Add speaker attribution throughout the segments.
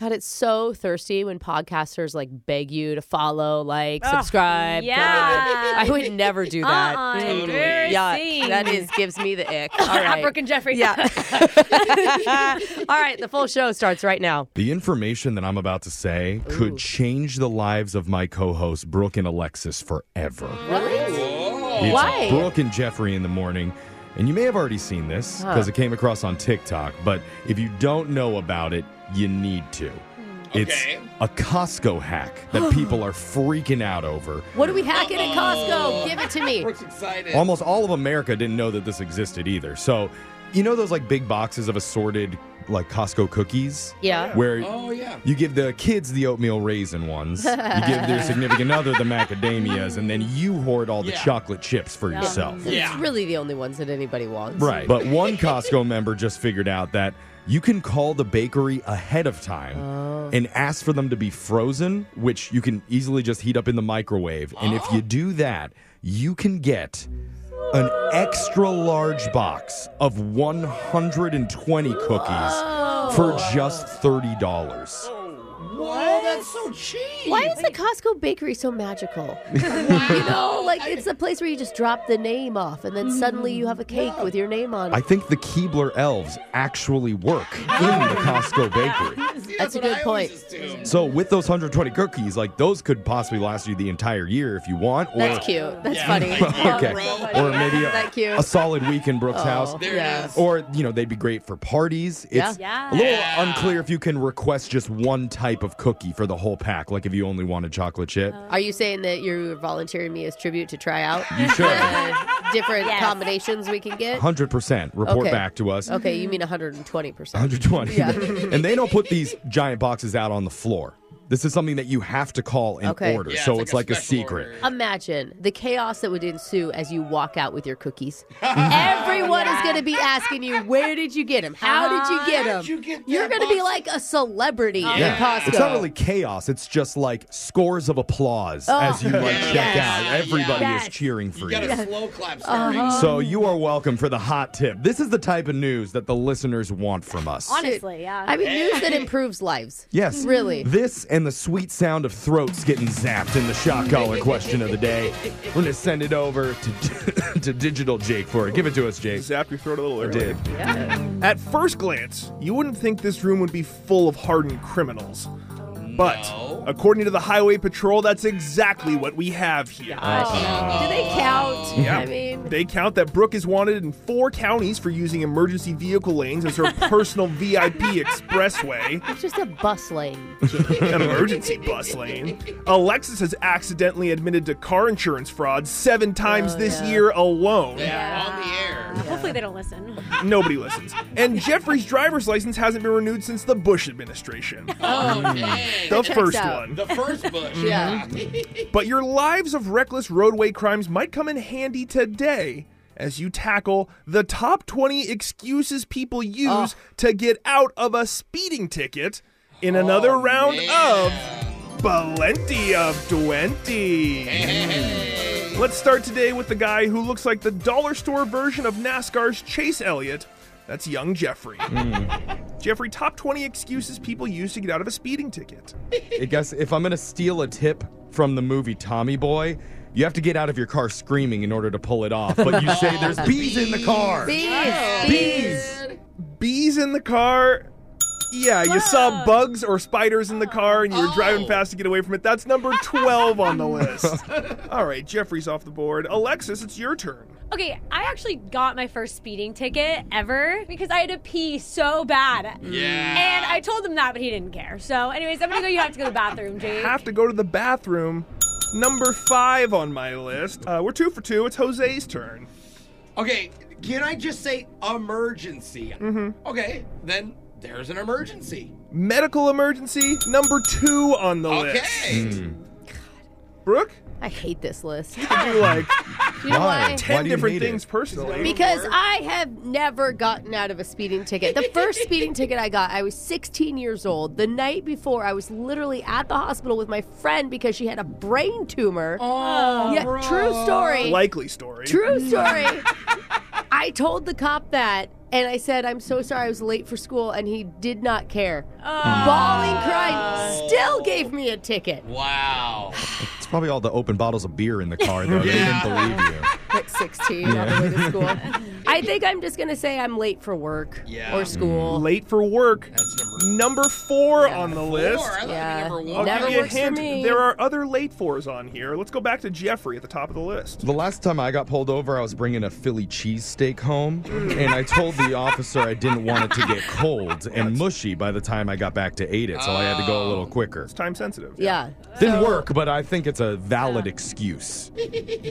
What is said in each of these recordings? Speaker 1: God, it's so thirsty when podcasters like beg you to follow, like, subscribe.
Speaker 2: Ah, yeah.
Speaker 1: I would never do that.
Speaker 2: Uh-uh,
Speaker 1: Mm.
Speaker 2: embarrassing.
Speaker 1: Yeah, that is gives me the ick. All
Speaker 2: Brooke
Speaker 1: right.
Speaker 2: and Jeffrey.
Speaker 1: Yeah. All right, the full show starts right now.
Speaker 3: The information that I'm about to say could change the lives of my co-hosts Brooke and Alexis forever. It's
Speaker 1: Why?
Speaker 3: Brooke and Jeffrey in the morning. And you may have already seen this because it came across on TikTok, but if you don't know about it, you need to. It's
Speaker 4: Okay.
Speaker 3: a Costco hack that people are freaking out over.
Speaker 1: What do we hack it at Costco? Give it to me.
Speaker 4: Brooke's excited.
Speaker 3: Almost all of America didn't know that this existed either. So, you know those like big boxes of assorted like Costco cookies?
Speaker 1: Yeah.
Speaker 3: Where
Speaker 4: oh yeah.
Speaker 3: You give the kids the oatmeal raisin ones. you give their significant other the macadamias, and then you hoard all the
Speaker 4: Yeah.
Speaker 3: chocolate chips for yourself.
Speaker 4: Yeah.
Speaker 1: It's really the only ones that anybody wants.
Speaker 3: Right. But one Costco member just figured out that you can call the bakery ahead of time
Speaker 1: Oh.
Speaker 3: and ask for them to be frozen, which you can easily just heat up in the microwave. And if you do that, you can get an extra large box of 120 cookies for just $30.
Speaker 4: Whoa, Oh, that's so cheap.
Speaker 1: Why is the Costco bakery so magical? you know, like it's the place where you just drop the name off and then suddenly you have a cake with your name on
Speaker 3: Mm-hmm. I
Speaker 1: it.
Speaker 3: think the Keebler elves actually work in the Costco bakery.
Speaker 4: See,
Speaker 1: That's a
Speaker 4: what
Speaker 1: good
Speaker 4: I always
Speaker 1: point.
Speaker 4: assumed.
Speaker 3: So with those 120 cookies, like those could possibly last you the entire year if you want. Or,
Speaker 1: That's cute. That's
Speaker 4: Yeah.
Speaker 1: funny.
Speaker 3: Okay. Or maybe
Speaker 1: Isn't that
Speaker 3: a,
Speaker 1: cute?
Speaker 3: a solid week in Brooks' house.
Speaker 4: There
Speaker 1: Yeah.
Speaker 4: it is.
Speaker 3: Or, you know, they'd be great for parties. It's
Speaker 2: Yeah.
Speaker 3: a little
Speaker 4: Yeah.
Speaker 3: unclear if you can request just one type of cookie for the whole pack, like if you only wanted chocolate chip.
Speaker 1: Are you saying that you're volunteering me as tribute to try out
Speaker 3: you should.
Speaker 1: the different
Speaker 2: Yes.
Speaker 1: combinations we can get?
Speaker 3: 100%. Report
Speaker 1: Okay.
Speaker 3: back to us.
Speaker 1: Okay, you mean 120%.
Speaker 3: 120.
Speaker 1: Yeah.
Speaker 3: and they don't put these giant boxes out on the floor. This is something that you have to call in
Speaker 1: Okay.
Speaker 3: order.
Speaker 4: Yeah,
Speaker 3: so it's like a,
Speaker 4: special
Speaker 3: secret.
Speaker 4: order.
Speaker 1: Imagine the chaos that would ensue as you walk out with your cookies. Everyone is going to be asking you, "Where did you get them? How did you get them?"
Speaker 4: you get
Speaker 1: You're
Speaker 4: that
Speaker 1: going to be
Speaker 4: box?
Speaker 1: like a celebrity
Speaker 3: Oh, Yeah.
Speaker 1: Oh, in Costco.
Speaker 3: It's not really chaos. It's just like scores of applause as you like
Speaker 4: Yes.
Speaker 3: check
Speaker 4: Yes.
Speaker 3: out. Everybody
Speaker 2: Yes.
Speaker 3: is cheering for
Speaker 4: You
Speaker 3: you.
Speaker 4: got a slow clap
Speaker 1: Uh-huh.
Speaker 4: starting.
Speaker 3: So
Speaker 1: Um,
Speaker 3: you are welcome for the hot tip. This is the type of news that the listeners want from us.
Speaker 2: Honestly, yeah.
Speaker 1: I mean, news that improves lives.
Speaker 3: Yes.
Speaker 1: Really?
Speaker 3: This and the sweet sound of throats getting zapped in the shock collar question of the day. We're going to send it over to, to Digital Jake for it. Give it to us, Jake.
Speaker 5: Zapped your throat a little early.
Speaker 3: Did.
Speaker 5: At first glance, you wouldn't think this room would be full of hardened criminals. But according to the Highway Patrol, that's exactly what we have here.
Speaker 1: Do they count?
Speaker 5: Yeah.
Speaker 1: I mean,
Speaker 5: they count that Brooke is wanted in four counties for using emergency vehicle lanes as her personal VIP expressway,
Speaker 1: it's just a bus lane.
Speaker 5: an emergency bus lane. Alexis has accidentally admitted to car insurance fraud seven
Speaker 1: Oh,
Speaker 5: times this year alone.
Speaker 4: Yeah, on the air.
Speaker 2: Hopefully they don't listen.
Speaker 5: Nobody listens. And Jeffrey's driver's license hasn't been renewed since the Bush administration.
Speaker 4: Oh, dang.
Speaker 5: the
Speaker 1: checks
Speaker 5: first
Speaker 1: out.
Speaker 5: one.
Speaker 4: The first Mm-hmm. bush.
Speaker 1: Yeah.
Speaker 5: But your lives of reckless roadway crimes might come in handy today as you tackle the top 20 excuses people use to get out of a speeding ticket in another round of Plenty of 20. Let's start today with the guy who looks like the dollar store version of NASCAR's Chase Elliott. That's young Jeffrey. Jeffrey, top 20 excuses people use to get out of a speeding ticket.
Speaker 3: I guess if I'm going to steal a tip from the movie Tommy Boy, you have to get out of your car screaming in order to pull it off. But you say there's bees in the car.
Speaker 1: Bees.
Speaker 3: Bees.
Speaker 5: bees in the car. Yeah, you saw bugs or spiders in the car and you were driving
Speaker 4: Oh.
Speaker 5: fast to get away from it. That's number 12 on the list. All right, Jeffrey's off the board. Alexis, it's your turn.
Speaker 2: Okay, I actually got my first speeding ticket ever because I had to pee so bad.
Speaker 4: Yeah.
Speaker 2: And I told him that, but he didn't care. So, anyways, I'm gonna go. You have to go to the bathroom, Jake.
Speaker 5: Have to go to the bathroom. Number five on my list. Uh, we're two for two. It's Jose's turn.
Speaker 4: Okay, can I just say emergency?
Speaker 5: Mm-hmm.
Speaker 4: Okay, then there's an emergency.
Speaker 5: Medical emergency, number two on the
Speaker 4: Okay. Hmm.
Speaker 5: list. Brooke,
Speaker 1: I hate this list.
Speaker 5: you do like
Speaker 1: You know
Speaker 3: Why?
Speaker 1: why?
Speaker 5: 10
Speaker 3: do you
Speaker 5: different
Speaker 3: hate it?
Speaker 5: things personally.
Speaker 1: Because I have never gotten out of a speeding ticket. The first speeding ticket I got, I was 16 years old. The night before, I was literally at the hospital with my friend because she had a brain tumor.
Speaker 4: Oh,
Speaker 1: yeah, true story.
Speaker 5: Likely story.
Speaker 1: True story. I told the cop that, and I said, I'm so sorry I was late for school, and he did not care. Bawling, gave me a ticket.
Speaker 4: Wow.
Speaker 3: It's probably all the open bottles of beer in the car, though.
Speaker 4: Yeah.
Speaker 3: They didn't believe you.
Speaker 1: at 16 on the way to school. I think I'm just going to say I'm late for work
Speaker 4: Yeah.
Speaker 1: or school.
Speaker 5: Mm, Late for work.
Speaker 4: That's number
Speaker 5: Number four on the list.
Speaker 4: four. I thought it'd be
Speaker 1: Yeah.
Speaker 4: number
Speaker 5: I'll
Speaker 4: one.
Speaker 1: Never
Speaker 5: give you a
Speaker 1: works for
Speaker 5: hint.
Speaker 1: me.
Speaker 5: There are other late fours on here. Let's go back to Jeffrey at the top of the list.
Speaker 3: The last time I got pulled over, I was bringing a Philly cheesesteak home, and I told the officer I didn't want it to get cold and mushy by the time I got back to eat it, so I had to go a little quicker.
Speaker 5: Oh. It's time sensitive.
Speaker 1: Yeah.
Speaker 3: Didn't work, but I think it's a valid excuse.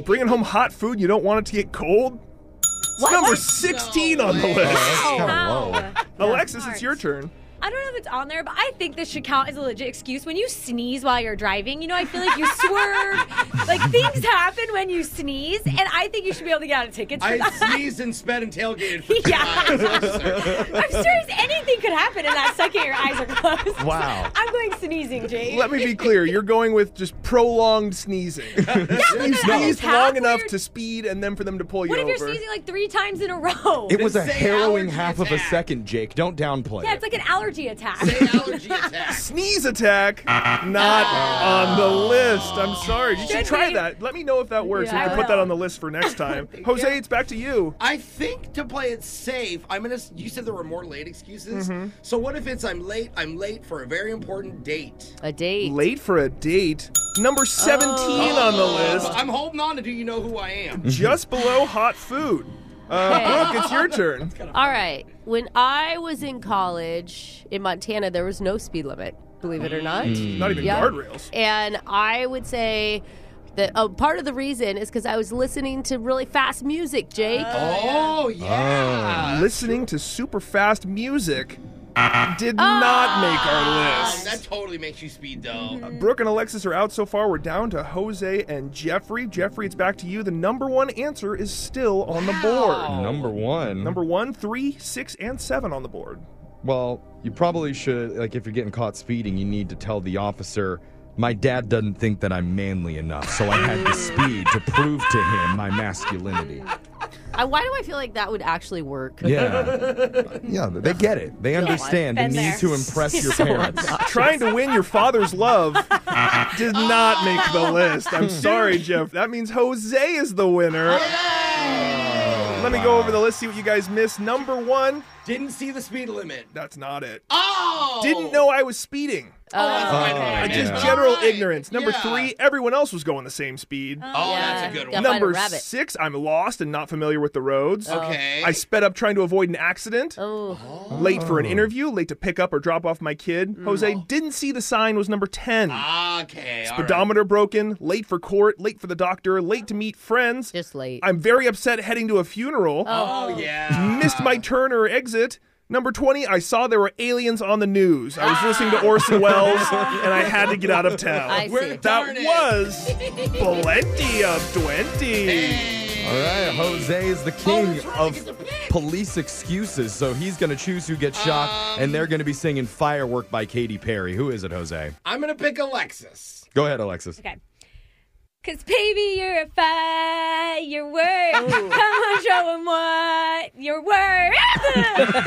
Speaker 5: Bringing home hot food, you don't want it to get cold? It's
Speaker 1: What?
Speaker 5: number
Speaker 1: What?
Speaker 5: 16
Speaker 4: No
Speaker 5: on the
Speaker 4: way.
Speaker 5: list.
Speaker 3: That's kinda
Speaker 2: Wow.
Speaker 3: low.
Speaker 5: Alexis, it's your
Speaker 2: Smart.
Speaker 5: turn.
Speaker 2: I don't know if it's on there, but I think this should count as a legit excuse. When you sneeze while you're driving, you know, I feel like you swerve. Like things happen when you sneeze, and I think you should be able to get out of tickets for
Speaker 4: I
Speaker 2: that.
Speaker 4: sneezed and sped and tailgated for two
Speaker 2: Yeah.
Speaker 4: miles. I'm sorry.
Speaker 2: I'm serious. Anything could happen in that second your eyes are closed.
Speaker 3: Wow.
Speaker 2: I'm going sneezing, Jake.
Speaker 5: Let me be clear. You're going with just prolonged sneezing. you
Speaker 2: no,
Speaker 5: sneeze
Speaker 2: it's
Speaker 5: long
Speaker 2: half
Speaker 5: enough
Speaker 2: weird.
Speaker 5: to speed and then for them to pull you
Speaker 2: what if
Speaker 5: over.
Speaker 2: you're sneezing like three times in a row?
Speaker 3: It was a
Speaker 4: Just say
Speaker 3: harrowing
Speaker 4: allergy
Speaker 3: half of a
Speaker 4: attack.
Speaker 3: second, Jake. Don't downplay
Speaker 2: yeah,
Speaker 3: it.
Speaker 2: it's like an allergy attack.
Speaker 4: Say allergy attack.
Speaker 5: Sneeze attack, not on the list. I'm sorry. You should
Speaker 2: Should
Speaker 5: try
Speaker 2: we?
Speaker 5: that. Let me know if that works.
Speaker 2: Yeah,
Speaker 5: we can
Speaker 2: I
Speaker 5: put that
Speaker 2: will.
Speaker 5: on the list for next time. Jose, it's back to you.
Speaker 4: I think to play it safe, I'm gonna. s- You said there were more late excuses.
Speaker 5: Mm-hmm.
Speaker 4: So what if it's I'm late? I'm late for a very important date.
Speaker 1: A date.
Speaker 5: Late for a date. Number 17 on
Speaker 2: Oh.
Speaker 5: the list.
Speaker 4: Oh. I'm holding on to do you know who I am?
Speaker 5: Mm-hmm. just below hot food. Uh, Brooke, it's your turn.
Speaker 1: All right. When I was in college in Montana, there was no speed limit, believe it or not.
Speaker 5: Hmm. Not even
Speaker 1: Yeah.
Speaker 5: guardrails.
Speaker 1: And I would say that oh, part of the reason is because I was listening to really fast music, Jake.
Speaker 4: Oh yeah.
Speaker 5: Ah. Listening to super fast music did
Speaker 6: Ah.
Speaker 1: Ah!
Speaker 5: not make our
Speaker 4: Um,
Speaker 5: list.
Speaker 4: that totally makes you speed
Speaker 1: Mm-hmm.
Speaker 4: though. Uh,
Speaker 5: Brooke and Alexis are out so far. We're down to Jose and Jeffrey. Jeffrey, it's back to you. The number one answer is still on the board.
Speaker 3: Number one.
Speaker 5: Number one, three, six, and seven on the board.
Speaker 3: Well, you probably should, like, if you're getting caught speeding, you need to tell the officer, my dad doesn't think that I'm manly enough, so I had to speed to prove to him my masculinity.
Speaker 1: I, Uh, why do I feel like that would actually work?
Speaker 5: Oh,
Speaker 1: Uh,
Speaker 3: Yeah. Yeah, they get it. They understand the
Speaker 2: been
Speaker 3: need
Speaker 2: there.
Speaker 3: to impress your parents.
Speaker 5: Trying to win your father's love did not make the list. I'm sorry, Jeff. That means Jose is the winner. Let me go over the list, see what you guys missed. Number one,
Speaker 4: Didn't see the speed limit.
Speaker 5: that's not it.
Speaker 4: Oh.
Speaker 5: Didn't know I was speeding.
Speaker 4: Oh, that's fine,
Speaker 3: Oh,
Speaker 4: fine,
Speaker 3: I
Speaker 5: Uh,
Speaker 4: man.
Speaker 5: Just
Speaker 4: All
Speaker 5: general
Speaker 4: right.
Speaker 5: ignorance. Number
Speaker 4: Yeah.
Speaker 5: three, everyone else was going the same speed.
Speaker 4: Oh,
Speaker 1: Yeah.
Speaker 4: that's a good
Speaker 1: Yeah.
Speaker 4: one.
Speaker 1: Find a
Speaker 5: Number
Speaker 1: rabbit.
Speaker 5: six, I'm lost and not familiar with the roads.
Speaker 4: Okay.
Speaker 5: I sped up trying to avoid an accident.
Speaker 1: Oh,
Speaker 5: Late for an interview, late to pick up or drop off my kid.
Speaker 1: Mm.
Speaker 5: Jose didn't see the sign was number 10.
Speaker 4: okay. all right.
Speaker 5: Pedometer broken, late for court, late for the doctor, late to meet friends.
Speaker 1: just late.
Speaker 5: I'm very upset heading to a funeral.
Speaker 4: Oh yeah.
Speaker 5: Missed my turn or exit. Number 20, I saw there were aliens on the news. I was listening
Speaker 4: Ah.
Speaker 5: to Orson Welles and I had to get out of town.
Speaker 1: I see.
Speaker 4: We're-
Speaker 5: that
Speaker 4: Darn it.
Speaker 5: was plenty of 20.
Speaker 3: All right, Jose is the
Speaker 4: Oh,
Speaker 3: king
Speaker 4: that's right, he gets a
Speaker 3: of
Speaker 4: pick.
Speaker 3: police excuses, so he's going to choose who gets shot,
Speaker 4: Um,
Speaker 3: and they're going to be singing Firework by Katy Perry. Who is it, Jose?
Speaker 4: I'm gonna pick Alexis.
Speaker 3: Go ahead, Alexis.
Speaker 2: Okay. Cause baby, you're a firework. Come on, show 'em what you're worth.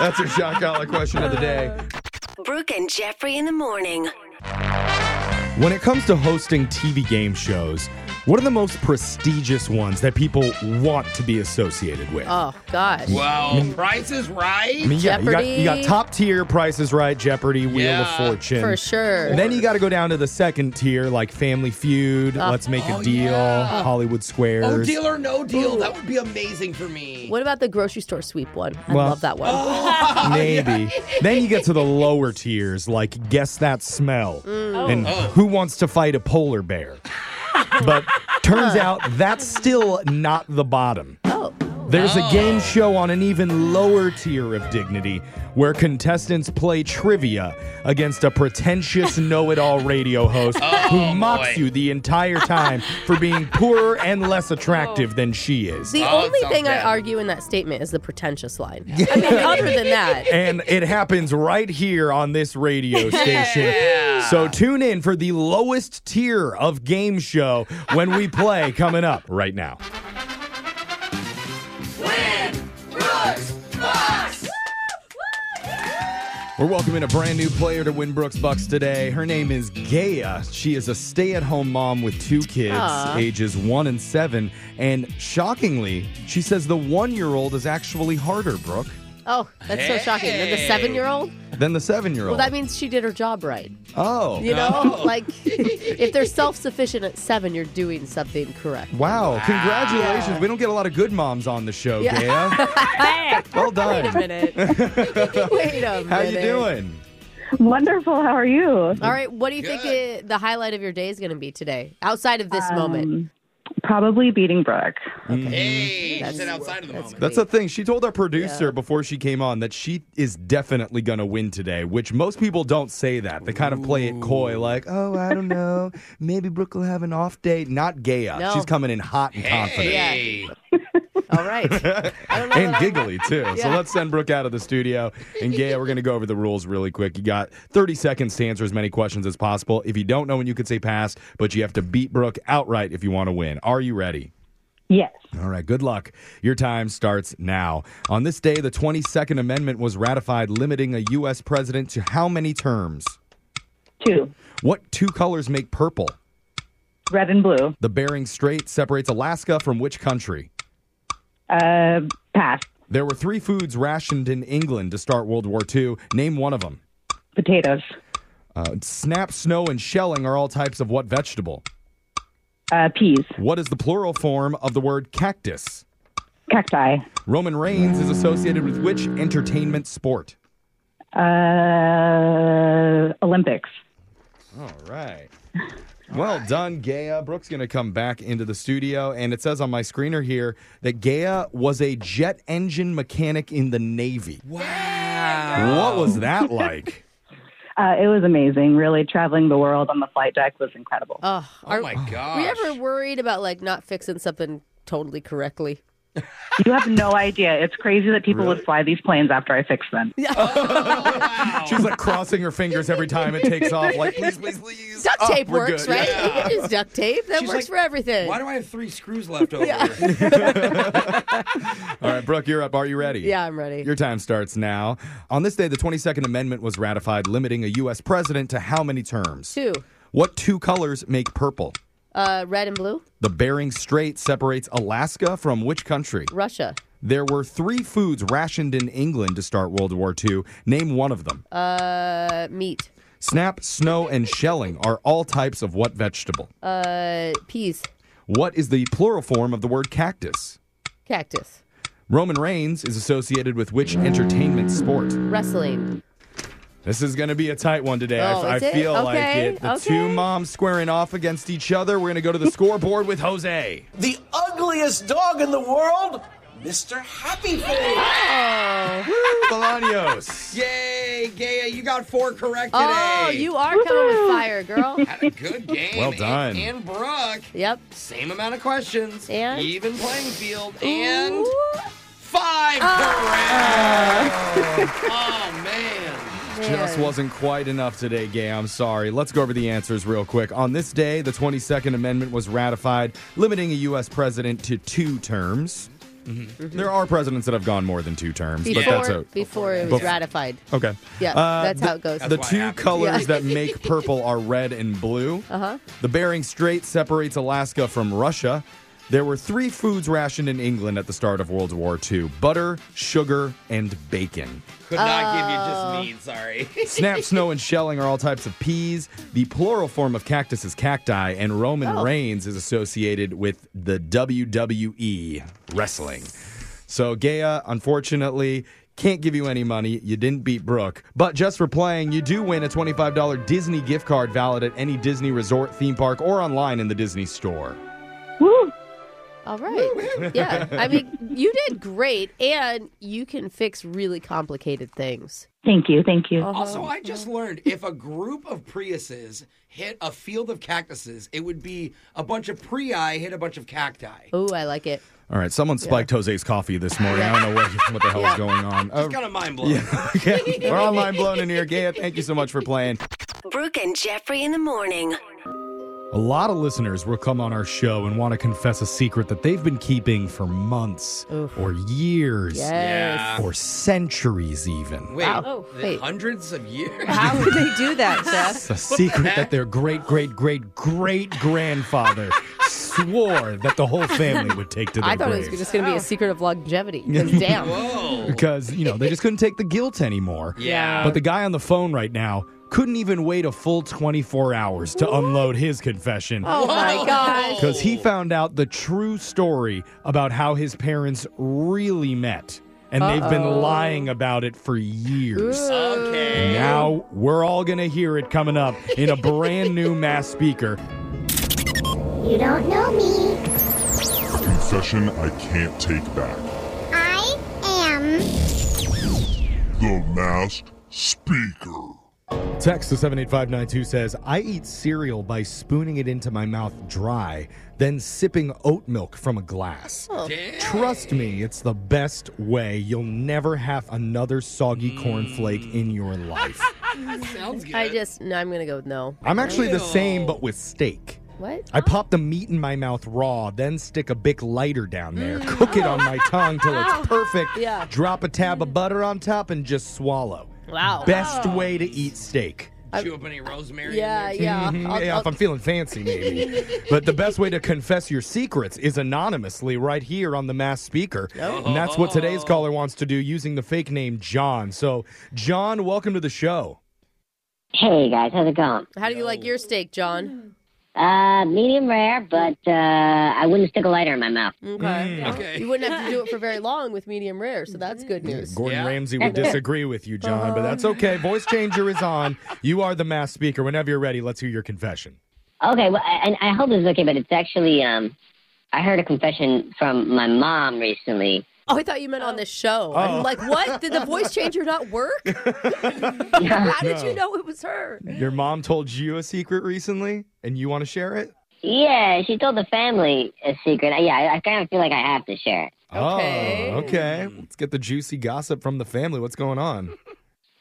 Speaker 3: That's your shock collar question of the day.
Speaker 7: Brooke and Jeffrey in the morning.
Speaker 3: When it comes to hosting TV game shows, what are the most prestigious ones that people want to be associated with?
Speaker 6: Uh,
Speaker 1: oh, gosh.
Speaker 4: Well, Price is Right.
Speaker 3: I mean, yeah, you got, you got
Speaker 1: Jeopardy.
Speaker 3: top tier prices, right? Jeopardy, Wheel of
Speaker 4: Yeah,
Speaker 3: Fortune.
Speaker 1: For sure.
Speaker 3: And then you got to go down to the second tier, like Family Feud, Let's Make a Deal, Hollywood Squares.
Speaker 4: Oh, deal or no deal. That would be amazing for me.
Speaker 1: What about the grocery store sweep one? I
Speaker 3: Well-
Speaker 1: love that one.
Speaker 4: Oh,
Speaker 3: Maybe. then you get to the lower tiers, like guess that smell
Speaker 1: Mm.
Speaker 4: Oh.
Speaker 3: and who wants to fight a polar bear. but turns out that's still not the bottom.
Speaker 1: Oh.
Speaker 3: There's a game show on an even lower tier of dignity where contestants play trivia against a pretentious know it all radio host who mocks
Speaker 4: Oh, boy.
Speaker 3: you the entire time for being poorer and less attractive than she is.
Speaker 1: The
Speaker 4: Oh, it
Speaker 1: only
Speaker 4: sounds
Speaker 1: thing
Speaker 4: bad.
Speaker 1: I argue in that statement is the pretentious line. I mean, other than that,
Speaker 3: and it happens right here on this radio station. So tune in for the lowest tier of game show when we play coming up right now. We're welcoming a brand new player to win Brooks Bucks today. Her name is Gaia. She is a stay at home mom with two kids, ages one and seven. And shockingly, she says the one year old is actually harder, Brooke,
Speaker 1: Oh, that's so shocking. Than the
Speaker 4: Hey.
Speaker 1: seven year old?
Speaker 3: than the seven year
Speaker 1: Well,
Speaker 3: old.
Speaker 1: that means she did her job right.
Speaker 3: oh.
Speaker 1: You know? Like, if they're self sufficient at seven, you're doing something correct.
Speaker 3: Wow, congratulations. We don't get a lot of good moms on the show, Gaia. well done.
Speaker 1: Wait a minute.
Speaker 3: How you doing?
Speaker 8: Wonderful. How are you?
Speaker 1: All right, what do you think
Speaker 4: Good.
Speaker 1: uh the highlight of your day is going to be today, outside of this moment?
Speaker 8: Um, Probably beating Brooke.
Speaker 4: Hey, she
Speaker 1: That's-
Speaker 4: said outside of the
Speaker 1: that's
Speaker 4: moment.
Speaker 3: Mm-hmm. That's the thing. She told our producer before she came on that she is definitely going to win today, which most people don't say that. They kind of play it coy, like, oh, I don't know. Maybe Brooke will have an off day. Not Gaia.
Speaker 1: No.
Speaker 3: She's coming in hot and confident.
Speaker 4: Hey.
Speaker 1: All right. I don't know
Speaker 3: And
Speaker 1: that I-
Speaker 3: giggly, too. So let's send Brooke out of the studio. And Gaia, we're going to go over the rules really quick. You got 30 seconds to answer as many questions as possible. If you don't know when you could say pass, but you have to beat Brooke outright if you want to win. Are you ready?
Speaker 8: Yes.
Speaker 3: All right, good luck. Your time starts now. On this day, the 22nd Amendment was ratified, limiting a U.S. president to how many terms?
Speaker 8: Two.
Speaker 3: What two colors make purple?
Speaker 8: Red and blue.
Speaker 3: The Bering Strait separates Alaska from which country?
Speaker 8: Uh, pass.
Speaker 3: There were three foods rationed in England to start World War II. Name one of them.
Speaker 8: Potatoes.
Speaker 3: Uh, snap, snow, and shelling are all types of what vegetable?
Speaker 8: Uh, peas.
Speaker 3: What is the plural form of the word cactus?
Speaker 8: Cacti.
Speaker 3: Roman Reigns is associated with which entertainment sport?
Speaker 8: Uh, Olympics.
Speaker 3: All right. Well done, Gaia. Brooke's going to come back into the studio. And it says on my screener here that Gaia was a jet engine mechanic in the Navy. Wow. What was that like?
Speaker 8: Uh, it was amazing. Really, traveling the world on the flight deck was incredible.
Speaker 1: Ugh,
Speaker 4: Oh
Speaker 1: are
Speaker 4: my
Speaker 1: we
Speaker 4: gosh.
Speaker 1: ever worried about, like, not fixing something totally correctly?
Speaker 8: you have no idea. It's crazy that people would fly these planes after I fix them.
Speaker 3: She's like crossing her fingers every time it takes off. Like, please, please, please.
Speaker 1: Duct
Speaker 3: Oh,
Speaker 1: tape
Speaker 3: we're
Speaker 1: works,
Speaker 3: good.
Speaker 1: right?
Speaker 4: Yeah.
Speaker 1: You can use duct tape. That
Speaker 4: She's
Speaker 1: works
Speaker 4: like,
Speaker 1: for everything.
Speaker 4: Why do I have three screws left over?
Speaker 3: All right, Brooke, you're up. Are you ready?
Speaker 1: yeah, I'm ready.
Speaker 3: Your time starts now. On this day, the 22nd Amendment was ratified, limiting a U.S. president to how many terms?
Speaker 1: Two.
Speaker 3: What two colors make purple?
Speaker 1: Uh, red and blue.
Speaker 3: The Bering Strait separates Alaska from which country?
Speaker 1: Russia.
Speaker 3: There were three foods rationed in England to start World War II. Name one of them.
Speaker 1: Uh, meat.
Speaker 3: Snap, snow, and shelling are all types of what vegetable?
Speaker 1: Uh, peas.
Speaker 3: what is the plural form of the word cactus?
Speaker 1: Cactus.
Speaker 3: Roman Reigns is associated with which entertainment sport?
Speaker 1: Wrestling.
Speaker 3: This is going to be a tight one today. I-
Speaker 1: Oh,
Speaker 3: I,
Speaker 1: is it?
Speaker 3: feel like
Speaker 1: Okay,
Speaker 3: it. The
Speaker 1: okay.
Speaker 3: two moms squaring off against each other. We're going to go to the scoreboard with Jose.
Speaker 6: the ugliest dog in the world, Mr. Happy Face.
Speaker 3: Bolaños.
Speaker 4: Oh. Yay, Gaia, you got four correct today.
Speaker 1: Oh, you are coming with fire, girl.
Speaker 4: had a good game.
Speaker 3: Well done.
Speaker 4: And, and Brooke,
Speaker 1: yep.
Speaker 4: same amount of questions.
Speaker 1: And?
Speaker 4: even playing field. And
Speaker 1: Ooh. Ah.
Speaker 4: five correct.
Speaker 1: Ah.
Speaker 4: oh man.
Speaker 3: Just wasn't quite enough today, Gay. I'm sorry. Let's go over the answers real quick. On this day, the 22nd Amendment was ratified, limiting a U.S. president to two terms. There are presidents that have gone more than two terms,
Speaker 1: Mm-hmm. Before,
Speaker 3: but that's a,
Speaker 1: before it was
Speaker 3: Before.
Speaker 1: ratified.
Speaker 3: okay. Uh,
Speaker 1: Yeah, that's
Speaker 3: the,
Speaker 1: how it goes.
Speaker 3: the
Speaker 4: That's why it
Speaker 3: two
Speaker 4: happens.
Speaker 3: colors
Speaker 1: Yeah.
Speaker 3: that make purple are red and blue. Uh-huh. The Bering Strait separates Alaska from Russia. There were three foods rationed in England at the start of World War II: butter, sugar, and bacon.
Speaker 4: Could
Speaker 1: Uh.
Speaker 4: not give you just mean, sorry.
Speaker 3: Snap, snow, and shelling are all types of peas. The plural form of cactus is cacti, and Roman Reigns is associated with the WWE wrestling. So, Gaia, unfortunately, can't give you any money. You didn't beat Brooke. But just for playing, you do win a $25 Disney gift card valid at any Disney resort, theme park, or online in the Disney store.
Speaker 8: Woo!
Speaker 1: Uh, All right. yeah. I mean, you did great, and you can fix really complicated things. Uh-huh.
Speaker 8: Thank you. Thank you.
Speaker 4: Also, I just learned if a group of Priuses hit a field of cactuses, it would be a bunch of Prii hit a bunch of cacti.
Speaker 1: Oh, I like it.
Speaker 3: All right, someone spiked Jose's coffee this morning. I don't know what, what the hell is going on. Uh,
Speaker 4: It's kind of mind blowing.
Speaker 3: okay. We're all mind blown in here. Gaia, thank you so much for playing.
Speaker 7: Brooke and Jeffrey in the morning.
Speaker 3: A lot of listeners will come on our show and want to confess a secret that they've been keeping for months or years
Speaker 1: Yes.
Speaker 4: Yeah.
Speaker 3: or centuries, even.
Speaker 4: Wait,
Speaker 1: Wow.
Speaker 4: the
Speaker 1: Oh, Wait.
Speaker 4: hundreds of years?
Speaker 9: How would they do that, Jeff?
Speaker 3: It's a secret that their great, great, great, great grandfather swore that the whole family would take to their
Speaker 1: I thought it
Speaker 3: grave.
Speaker 1: was just going to be a secret of longevity. 'cause damn.
Speaker 4: Whoa.
Speaker 3: because, you know, they just couldn't take the guilt anymore.
Speaker 4: Yeah.
Speaker 3: But the guy on the phone right now couldn't even wait a full 24 hours to unload his confession.
Speaker 1: Oh my gosh.
Speaker 3: Because he found out the true story about how his parents really met. And they've been lying about it for years.
Speaker 4: Okay.
Speaker 3: Now we're all going to hear it coming up in a brand new mass speaker.
Speaker 10: You don't know me.
Speaker 11: A confession I can't take back.
Speaker 10: I am.
Speaker 11: The Masked Speaker.
Speaker 3: Text to 78592 says, I eat cereal by spooning it into my mouth dry, then sipping oat milk from a glass.
Speaker 1: Oh.
Speaker 3: Trust me, it's the best way. You'll never have another soggy cornflake in your life.
Speaker 4: Sounds good.
Speaker 1: I just, no, I'm going to go with no.
Speaker 3: I'm actually the same, but with steak.
Speaker 1: What?
Speaker 3: I pop the meat in my mouth raw, then stick a Bic lighter down there, cook it on my tongue till it's perfect,
Speaker 1: Mm. Yeah. Mm.
Speaker 3: drop a tab of butter on top, and just swallow.
Speaker 1: Wow.
Speaker 3: Best way to eat steak.
Speaker 4: Chew up any rosemary.
Speaker 1: Yeah,
Speaker 4: In there
Speaker 1: Uh, yeah.
Speaker 3: Mhm,
Speaker 1: I'll-
Speaker 3: yeah,
Speaker 1: I'll-
Speaker 3: if I'm feeling fancy, maybe. but the best way to confess your secrets is anonymously right here on the mass speaker. And that's what today's
Speaker 1: Oh.
Speaker 3: caller wants to do using the fake name John. So, John, welcome to the show.
Speaker 10: Hey guys, how's it going?
Speaker 1: How do you like your steak, John?
Speaker 10: Uh, medium rare, but uh, I wouldn't stick a lighter in my mouth.
Speaker 3: Mm.
Speaker 1: Okay.
Speaker 4: too. Okay.
Speaker 1: You wouldn't have to do it for very long with medium rare, so that's good news.
Speaker 3: Gordon
Speaker 4: Yeah.
Speaker 3: Ramsay would disagree with you, John, but that's okay. Voice changer is on. You are the mass speaker. Whenever you're ready, let's hear your confession.
Speaker 10: Okay, well, I- and I hope this is okay, but it's actually um, I heard a confession from my mom recently.
Speaker 1: Oh, I thought you meant on the show.
Speaker 3: Oh.
Speaker 1: I'm like, what? Did the voice changer not work? How did you know it was her?
Speaker 3: Your mom told you a secret recently, and you want to share it?
Speaker 10: Yeah, she told the family a secret. Yeah, I, I kind of feel like I have to share it.
Speaker 1: Okay.
Speaker 3: Oh, okay. Let's get the juicy gossip from the family. What's going on?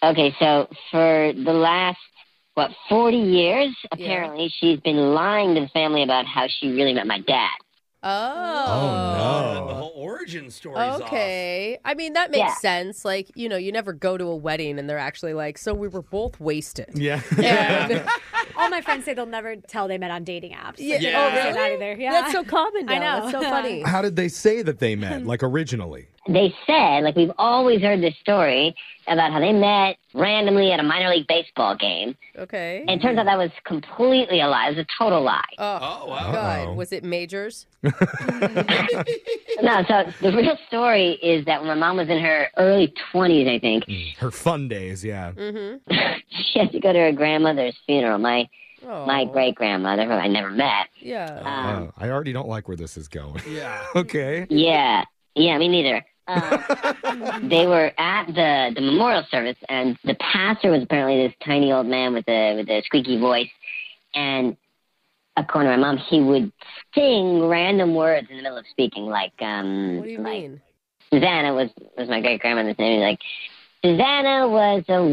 Speaker 10: Okay, so for the last what forty years, apparently she's been lying to the family about how she really met my dad.
Speaker 1: Oh.
Speaker 4: Uh, The
Speaker 3: no.
Speaker 4: whole origin story's off.
Speaker 1: Okay. I mean, that makes
Speaker 10: Yeah.
Speaker 1: sense. Like, you know, you never go to a wedding and they're actually like, so we were both wasted.
Speaker 3: Yeah.
Speaker 1: And-
Speaker 2: All my friends say they'll never tell they met on dating apps.
Speaker 1: Yeah.
Speaker 2: They
Speaker 4: Oh,
Speaker 2: don't say
Speaker 4: really?
Speaker 2: that either. Yeah.
Speaker 1: That's so common. Now.
Speaker 2: I know.
Speaker 1: That's so funny.
Speaker 3: How did they say that they met, like originally?
Speaker 10: they said, like we've always heard this story about how they met randomly at a minor league baseball game,
Speaker 1: Okay.
Speaker 10: and it turns out that was completely a lie. It was a total lie.
Speaker 1: Uh-huh.
Speaker 4: Oh, wow.
Speaker 3: Uh-oh.
Speaker 1: God. Was it majors?
Speaker 10: No, so the real story is that when my mom was in her early twenties, I think
Speaker 3: Mm, Her fun days, yeah.
Speaker 1: Mm-hmm.
Speaker 10: she had to go to her grandmother's funeral. My
Speaker 1: Oh.
Speaker 10: my great grandmother, who I never met.
Speaker 1: Yeah.
Speaker 10: Um,
Speaker 3: Oh, Wow. Uh, I already don't like where this is going.
Speaker 4: Yeah.
Speaker 3: okay.
Speaker 10: Yeah, yeah, me neither. Uh, they were at the, the memorial service, and the pastor was apparently this tiny old man with a with a squeaky voice. And according to my mom, he would sing random words in the middle of speaking, like um,
Speaker 1: What do you
Speaker 10: like
Speaker 1: mean?
Speaker 10: Susanna was was my great grandmother's name. Like Susanna was a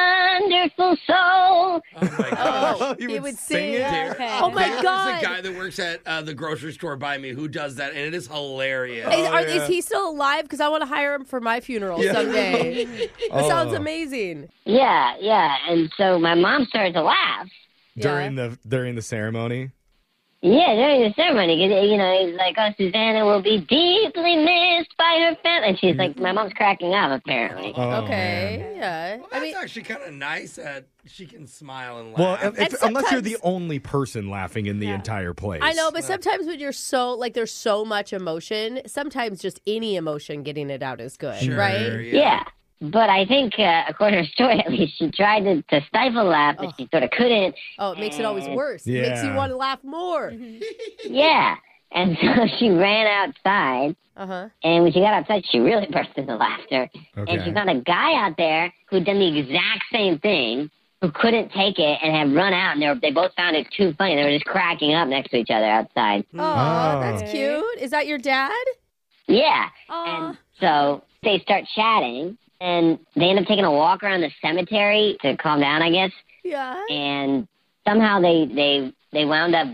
Speaker 10: wonderful soul.
Speaker 4: Oh, my gosh.
Speaker 1: Oh,
Speaker 3: He
Speaker 1: he,
Speaker 3: would
Speaker 1: would,
Speaker 3: sing
Speaker 1: sing
Speaker 3: it?
Speaker 1: it.
Speaker 2: Okay.
Speaker 1: Oh my
Speaker 4: There's
Speaker 1: god.
Speaker 4: a guy that works at uh, the grocery store by me who does that, and it is hilarious.
Speaker 1: Is, are,
Speaker 3: Oh, yeah.
Speaker 1: is he still alive? Because I want to hire him for my funeral
Speaker 3: Yeah.
Speaker 1: someday. That sounds
Speaker 3: Oh.
Speaker 1: amazing.
Speaker 10: Yeah, yeah. And so my mom started to laugh.
Speaker 3: During the during the ceremony.
Speaker 10: Yeah, during the ceremony, 'cause, eh, you know, he's like, "Oh, Susanna will be deeply missed by her family," and she's like, "My mom's cracking up, apparently."
Speaker 3: Oh, man.
Speaker 1: okay. Yeah.
Speaker 4: Well,
Speaker 1: I
Speaker 4: that's
Speaker 1: mean,
Speaker 4: actually kind of nice that she can smile and
Speaker 3: Well,
Speaker 4: laugh.
Speaker 3: if,
Speaker 1: And
Speaker 3: if- unless you're the
Speaker 1: sometimes-
Speaker 3: only person laughing in the entire place.
Speaker 1: I know, but sometimes when you're so like there's so much emotion, sometimes just any emotion getting it out is good,
Speaker 4: Sure,
Speaker 1: right?
Speaker 10: Yeah, but I think, uh, according to her story, at least she tried to, to stifle laugh, but she sort of couldn't.
Speaker 1: Oh, it makes it always worse. It makes you
Speaker 3: Yeah.
Speaker 1: want to laugh more.
Speaker 10: Yeah, and so she ran outside,
Speaker 1: Uh huh.
Speaker 10: and when she got outside, she really burst into laughter, and
Speaker 3: Okay.
Speaker 10: she found a guy out there who'd done the exact same thing. Who couldn't take it and had run out, and they, were, they both found it too funny. They were just cracking up next to each other outside.
Speaker 3: Mm.
Speaker 1: Oh, that's cute. Is that your dad?
Speaker 10: Yeah.
Speaker 2: Aw.
Speaker 10: And so they start chatting, and they end up taking a walk around the cemetery to calm down, I guess.
Speaker 1: Yeah.
Speaker 10: And somehow they they They wound up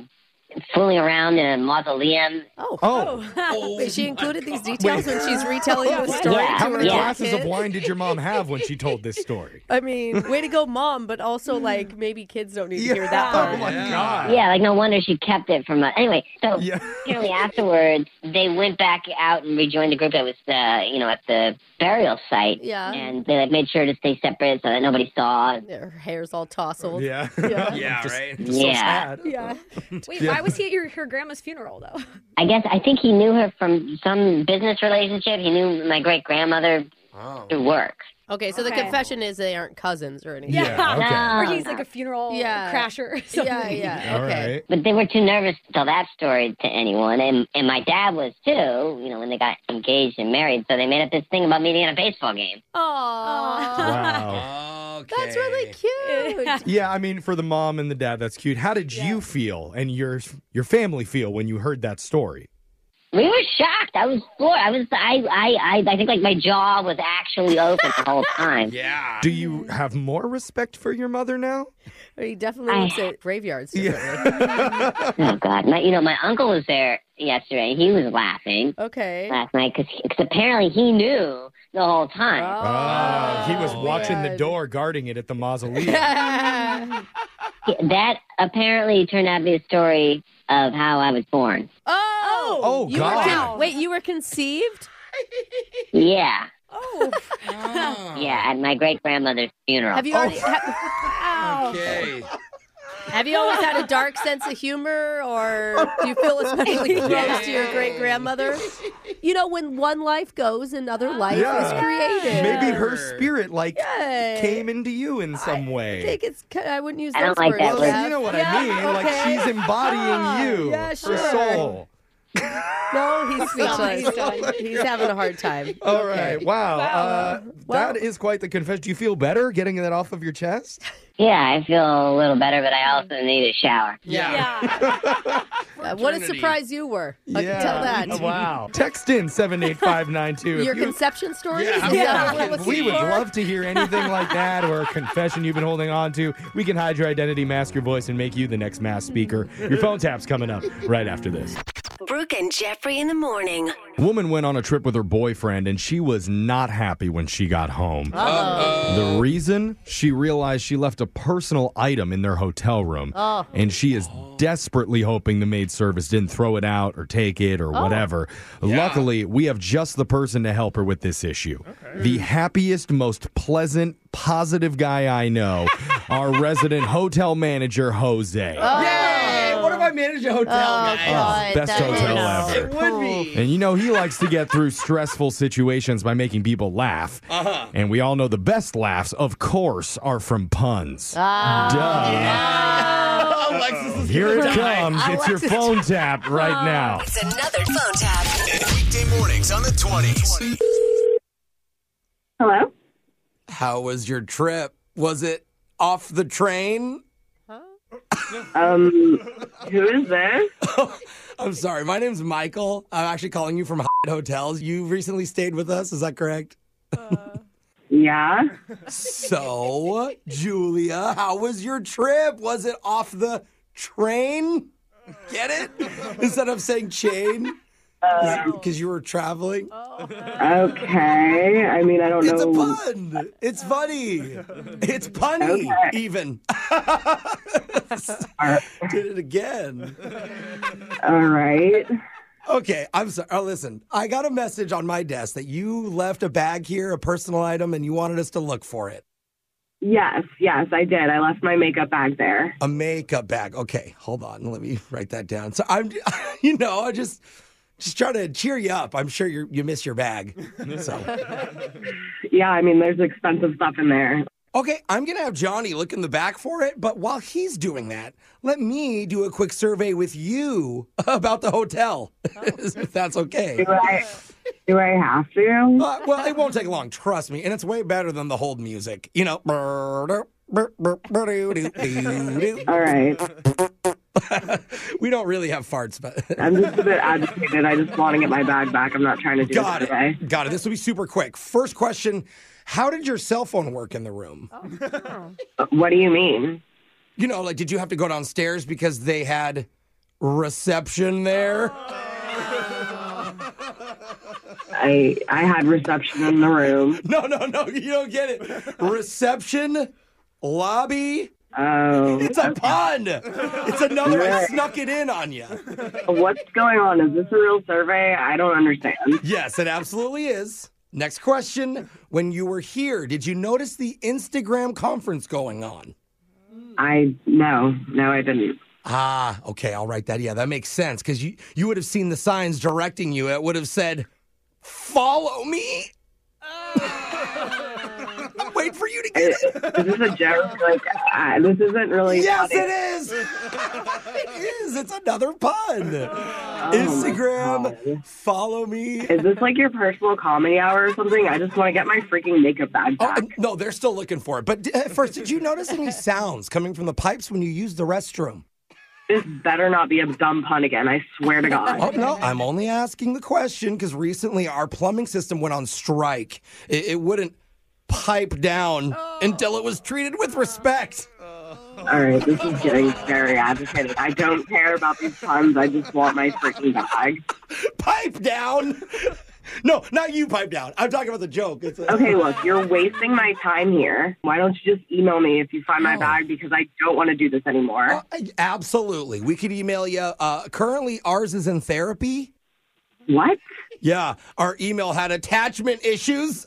Speaker 10: fooling around in a mausoleum.
Speaker 1: Oh.
Speaker 3: Oh.
Speaker 1: Wait, she included these details when she's retelling the story.
Speaker 3: Wait, how
Speaker 1: to
Speaker 3: many
Speaker 1: her
Speaker 3: glasses of
Speaker 1: kid?
Speaker 3: wine did your mom have when she told this story?
Speaker 1: I mean, way to go, mom, but also like maybe kids don't need to hear that part.
Speaker 3: Oh my god.
Speaker 10: Yeah, like no wonder she kept it from us. Anyway, so apparently afterwards, they went back out and rejoined the group that was, uh, you know, at the burial site.
Speaker 1: Yeah.
Speaker 10: And they like made sure to stay separate so that nobody saw.
Speaker 1: Her hair's all tousled.
Speaker 3: Yeah.
Speaker 1: Yeah.
Speaker 4: Yeah,
Speaker 3: Just-
Speaker 4: right?
Speaker 3: just so
Speaker 10: Yeah.
Speaker 3: sad.
Speaker 1: Yeah.
Speaker 2: Wait,
Speaker 3: Yeah.
Speaker 2: why was he at your, her grandma's funeral though?
Speaker 10: I guess I think he knew her from some business relationship. He knew my great grandmother
Speaker 4: Oh.
Speaker 10: through work.
Speaker 1: Okay, so the
Speaker 2: Okay.
Speaker 1: confession is they aren't cousins or anything.
Speaker 3: Yeah, okay.
Speaker 10: No.
Speaker 2: oh, or he's like a funeral
Speaker 1: Yeah.
Speaker 2: crasher. Or something.
Speaker 1: Yeah, yeah.
Speaker 3: All
Speaker 1: Okay.
Speaker 3: right.
Speaker 10: But they were too nervous to tell that story to anyone, and and my dad was too. You know, when they got engaged and married, so they made up this thing about meeting at a baseball game.
Speaker 1: Aww.
Speaker 3: Wow.
Speaker 4: Okay.
Speaker 1: That's really cute.
Speaker 3: Yeah, I mean, for the mom and the dad, that's cute. How did you feel and your your family feel when you heard that story?
Speaker 10: We were shocked. I was floored. I was. I. I. I, I think like my jaw was actually open the whole time.
Speaker 4: Yeah.
Speaker 3: Do you have more respect for your mother now?
Speaker 1: he definitely Oh,
Speaker 10: I-
Speaker 1: looks at graveyards differently.
Speaker 10: Oh God! My, you know, my uncle was there yesterday. He was laughing
Speaker 1: Okay.
Speaker 10: last night because apparently he knew the whole time.
Speaker 3: Ah, he was
Speaker 4: Oh,
Speaker 3: watching the
Speaker 1: man.
Speaker 3: door, guarding it at the mausoleum.
Speaker 1: Uh,
Speaker 10: That apparently turned out to be a story of how I was born.
Speaker 1: Oh,
Speaker 3: Oh,
Speaker 1: you
Speaker 3: God.
Speaker 1: Were con- wait, you were conceived?
Speaker 10: Yeah.
Speaker 2: Oh,
Speaker 10: Yeah, at my great grandmother's funeral.
Speaker 1: Have you already,
Speaker 3: Oh.
Speaker 1: ha-
Speaker 4: Okay.
Speaker 1: have you always had a dark sense of humor, or do you feel especially close to your great grandmother? You know, when one life goes, another life
Speaker 3: Yeah.
Speaker 1: is created.
Speaker 3: Maybe her spirit like
Speaker 1: Yeah.
Speaker 3: came into you in some way.
Speaker 1: I think it's. ki- I wouldn't use
Speaker 10: I
Speaker 1: those
Speaker 10: don't like
Speaker 1: words.
Speaker 10: that
Speaker 3: Well,
Speaker 10: word.
Speaker 1: Jeff.
Speaker 3: you know what
Speaker 1: Yeah,
Speaker 3: I mean. Like
Speaker 1: okay. Ah,
Speaker 3: she's embodying you,
Speaker 1: yeah,
Speaker 3: her
Speaker 1: sure.
Speaker 3: soul.
Speaker 1: No, he's
Speaker 2: done. He's done.
Speaker 1: speechless. he's having a hard time.
Speaker 3: All right, Wow. Uh,
Speaker 1: Wow.
Speaker 3: That is quite the confession. Do you feel better getting that off of your chest?
Speaker 10: Yeah, I feel a little better, but I also need a shower.
Speaker 4: Yeah.
Speaker 2: yeah.
Speaker 1: Uh, what a
Speaker 4: Fraternity.
Speaker 1: surprise you were. I can tell that.
Speaker 3: Oh, Wow. Text in 78592.
Speaker 1: Your
Speaker 3: if you-
Speaker 1: conception story?
Speaker 4: Yeah,
Speaker 1: Is
Speaker 4: I'm
Speaker 1: that
Speaker 4: sorry.
Speaker 1: what we're
Speaker 3: we
Speaker 1: looking
Speaker 3: would
Speaker 1: for?
Speaker 3: love to hear anything like that or a confession you've been holding on to. We can hide your identity, mask your voice, and make you the next mass speaker. Your phone tap's coming up right after this.
Speaker 7: Brooke and Jeffrey in the morning.
Speaker 3: Woman went on a trip with her boyfriend and she was not happy when she got home. The reason? She realized she left a personal item in their hotel room. And she is desperately hoping the maid service didn't throw it out or take it or whatever. Luckily, we have just the person to help her with this issue. The happiest, most pleasant, positive guy I know, our resident hotel manager, Jose.
Speaker 4: Hey, what if I manage a hotel,
Speaker 6: Oh,
Speaker 4: guys?
Speaker 1: God,
Speaker 3: Oh, best
Speaker 1: that
Speaker 3: hotel
Speaker 1: is-
Speaker 3: ever.
Speaker 4: It would be.
Speaker 3: And you know, he likes to get through stressful situations by making people laugh. Uh-huh. And we all know the best laughs, of course, are from puns.
Speaker 1: Ah.
Speaker 7: Ah.
Speaker 3: Duh.
Speaker 4: Alexis is
Speaker 3: Here it
Speaker 4: gonna die.
Speaker 3: comes. It's your phone tap right now.
Speaker 7: It's another phone tap.
Speaker 9: Weekday mornings on the 20s.
Speaker 8: Hello?
Speaker 6: How was your trip? Was it off the train?
Speaker 8: Um, who is this?
Speaker 6: I'm sorry. My name's Michael. I'm actually calling you from hotels. You recently stayed with us. Is that correct?
Speaker 8: Uh. Yeah.
Speaker 6: So, Julia, how was your trip? Was it off the train? Get it? Instead of saying chain,
Speaker 8: Um.
Speaker 6: because you were traveling.
Speaker 8: Okay. I mean, I don't
Speaker 6: It's a
Speaker 8: know.
Speaker 6: pun. It's funny. It's punny, even. Did it again.
Speaker 8: All right.
Speaker 6: Okay, I'm sorry. Oh, listen, I got a message on my desk that you left a bag here, a personal item, and you wanted us to look for it.
Speaker 8: Yes, yes, I did. I left my makeup bag there.
Speaker 6: A makeup bag. Okay, hold on. Let me write that down. So I'm, you know, I just just trying to cheer you up. I'm sure you you miss your bag. So
Speaker 8: Yeah, I mean, there's expensive stuff in there.
Speaker 6: okay, I'm gonna have Johnny look in the back for it. But while he's doing that, let me do a quick survey with you about the hotel, if that's okay.
Speaker 8: Do I, do I have to?
Speaker 6: Uh, well, it won't take long, trust me. And it's way better than the hold music. You know.
Speaker 8: All right.
Speaker 6: we don't really have farts, but
Speaker 8: I'm just a bit agitated. I just want to get my bag back. I'm not trying to do
Speaker 6: got
Speaker 8: it today.
Speaker 6: it. Got it. This will be super quick. First
Speaker 8: Uh,
Speaker 6: question How did your cell phone work in the room?
Speaker 8: What do you mean?
Speaker 6: you know, like, did you have to go downstairs because they had reception there?
Speaker 8: I I had reception in the room.
Speaker 6: No, no, no, you don't get it. Reception, lobby.
Speaker 8: Oh,
Speaker 6: it's a pun. It's another. I
Speaker 8: Yeah.
Speaker 6: snuck it in on you.
Speaker 8: What's going on? Is this a real survey? I don't understand.
Speaker 6: Yes, it absolutely is. Next question. When you were here, did you notice the Instagram conference going on?
Speaker 8: I no, no, I didn't.
Speaker 6: Ah, okay, I'll write that. Yeah, that makes sense because you you would have seen the signs directing you. It would have said, "Follow me." Wait for you to get it.
Speaker 8: This is a joke. Like I, this isn't really.
Speaker 6: Yes,
Speaker 8: funny.
Speaker 6: it is. it is. It's another pun.
Speaker 8: Oh
Speaker 6: Instagram, follow me.
Speaker 8: Is this like your personal comedy hour or something? I just want to get my freaking makeup bag
Speaker 6: Oh,
Speaker 8: back.
Speaker 6: and- no, they're still looking for it. But d- at first, did you notice any sounds coming from the pipes when you used the restroom?
Speaker 8: This better not be a dumb pun again. I swear to God.
Speaker 6: Oh, no, I'm only asking the question because recently our plumbing system went on strike. It, it wouldn't pipe down until it was treated with respect.
Speaker 8: All right, this is getting very agitated. I don't care about these puns. I just want my freaking bag.
Speaker 6: Pipe down? No, not you pipe down. I'm talking about the joke. It's a-
Speaker 8: Okay, look, you're wasting my time here. Why don't you just email me if you find my bag because I don't want to do this anymore.
Speaker 6: Uh, Absolutely. We could email you. Uh, currently, ours is in therapy.
Speaker 8: What?
Speaker 6: Yeah, our email had attachment issues.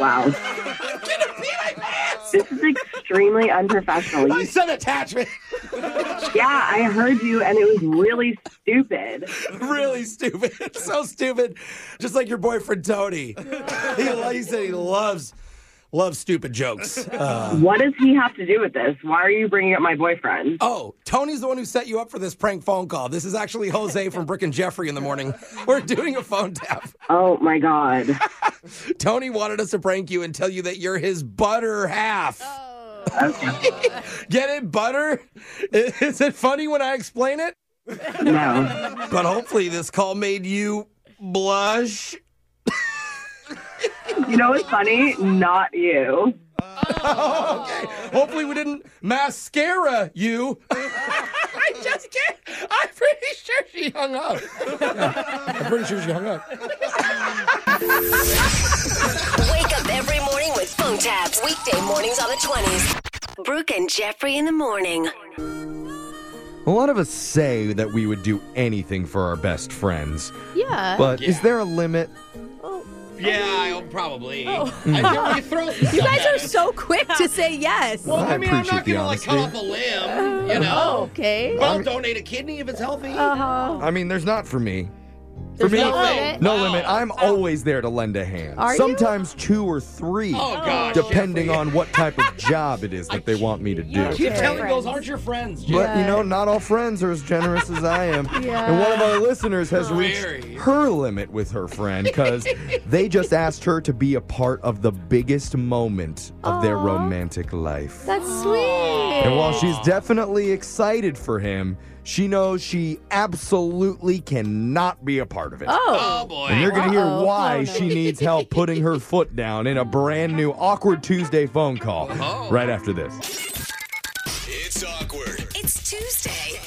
Speaker 8: Wow.
Speaker 6: Get a pee in my pants!
Speaker 8: This is extremely unprofessional.
Speaker 6: I
Speaker 8: You,
Speaker 6: said attachment.
Speaker 8: yeah, I heard you, and it was really stupid.
Speaker 6: really stupid. so stupid. Just like your boyfriend Tony. He, he said he loves loves stupid jokes. Uh,
Speaker 8: What does he have to do with this? Why are you bringing up my boyfriend?
Speaker 6: oh, Tony's the one who set you up for this prank phone call. This is actually Jose from Brick and Jeffrey in the morning. We're doing a phone tap.
Speaker 8: Oh my God.
Speaker 6: Tony wanted us to prank you and tell you that you're his butter half.
Speaker 8: Oh.
Speaker 6: Get it, butter? I- Is it funny when I explain it?
Speaker 8: No.
Speaker 6: But hopefully, this call made you blush.
Speaker 8: You know what's funny? Not you.
Speaker 6: okay. Hopefully, we didn't mascara you. I just can't. I'm pretty sure she hung up. I'm pretty sure she hung up.
Speaker 7: Wake up every morning with phone tabs. Weekday mornings on the 20s. Brooke and Jeffrey in the morning.
Speaker 3: A lot of us say that we would do anything for our best friends.
Speaker 1: Yeah.
Speaker 3: But is there a limit?
Speaker 4: Yeah, I'll probably.
Speaker 1: Oh.
Speaker 4: I, you throw some
Speaker 1: You
Speaker 4: stuff
Speaker 1: guys
Speaker 4: at
Speaker 1: are
Speaker 4: us.
Speaker 1: so quick to say yes. Oh,
Speaker 4: Well, I,
Speaker 3: I
Speaker 4: mean, I'm not
Speaker 3: appreciate the
Speaker 4: gonna like cut off
Speaker 3: honesty.
Speaker 4: a limb, you know.
Speaker 1: Okay.
Speaker 4: But I'll donate a kidney if it's healthy.
Speaker 1: Uh-huh.
Speaker 3: I mean, there's not for me.
Speaker 1: There's
Speaker 3: me,
Speaker 1: no
Speaker 4: no.
Speaker 1: limit.
Speaker 3: No limit. I'm always there to lend a hand.
Speaker 1: Are you?
Speaker 3: Sometimes two or three,
Speaker 4: Oh, gosh,
Speaker 3: depending on what type of job it is that they want me to do.
Speaker 4: Keep telling those aren't your friends. Jim.
Speaker 3: But you know, not all friends are as generous as I am.
Speaker 1: Yeah.
Speaker 3: And one of our listeners has
Speaker 4: Very.
Speaker 3: reached her limit with her friend because they just asked her to be a part of the biggest moment of their
Speaker 1: Aw.
Speaker 3: romantic life.
Speaker 1: That's sweet.
Speaker 3: And while she's definitely excited for him, she knows she absolutely cannot be a part of it.
Speaker 1: Oh.
Speaker 4: Oh boy.
Speaker 3: And you're going to hear
Speaker 1: Uh-oh.
Speaker 3: why
Speaker 1: Oh, no.
Speaker 3: she needs help putting her foot down in a brand new Awkward Tuesday phone call
Speaker 6: Oh.
Speaker 3: right after this.
Speaker 9: It's awkward.
Speaker 7: It's Tuesday.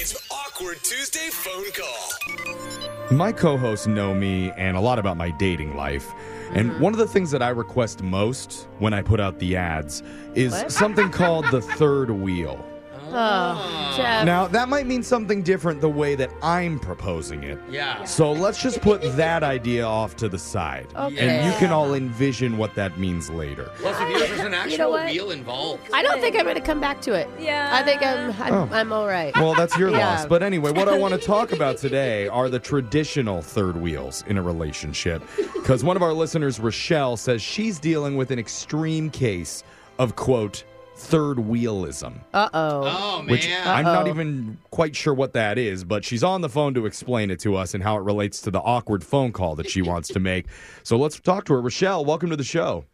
Speaker 9: It's awkward Tuesday phone call.
Speaker 3: My co hosts know me and a lot about my dating life.
Speaker 1: Mm.
Speaker 3: And one of the things that I request most when I put out the ads is
Speaker 1: What?
Speaker 3: something called the third wheel.
Speaker 1: Oh, Uh, Jeff.
Speaker 3: Now, that might mean something different the way that I'm proposing it.
Speaker 4: Yeah.
Speaker 3: So let's just put that idea off to the side.
Speaker 1: Okay.
Speaker 3: And you can all envision what that means later.
Speaker 4: Plus, if there's an actual
Speaker 1: what?
Speaker 4: wheel involved.
Speaker 1: I don't think I'm going to come back to it.
Speaker 2: Yeah.
Speaker 1: I think I'm I'm,
Speaker 3: Oh.
Speaker 1: I'm all right.
Speaker 3: Well, that's your
Speaker 1: Yeah.
Speaker 3: loss. But anyway, what I want to talk about today are the traditional third wheels in a relationship. Because one of our listeners, Rochelle, says she's dealing with an extreme case of, quote, third wheelism.
Speaker 1: Uh-oh.
Speaker 4: Oh man.
Speaker 3: Which I'm not
Speaker 1: Uh-oh.
Speaker 3: even quite sure what that is, but she's on the phone to explain it to us and how it relates to the awkward phone call that she wants to make. So let's talk to her. Rochelle, welcome to the show.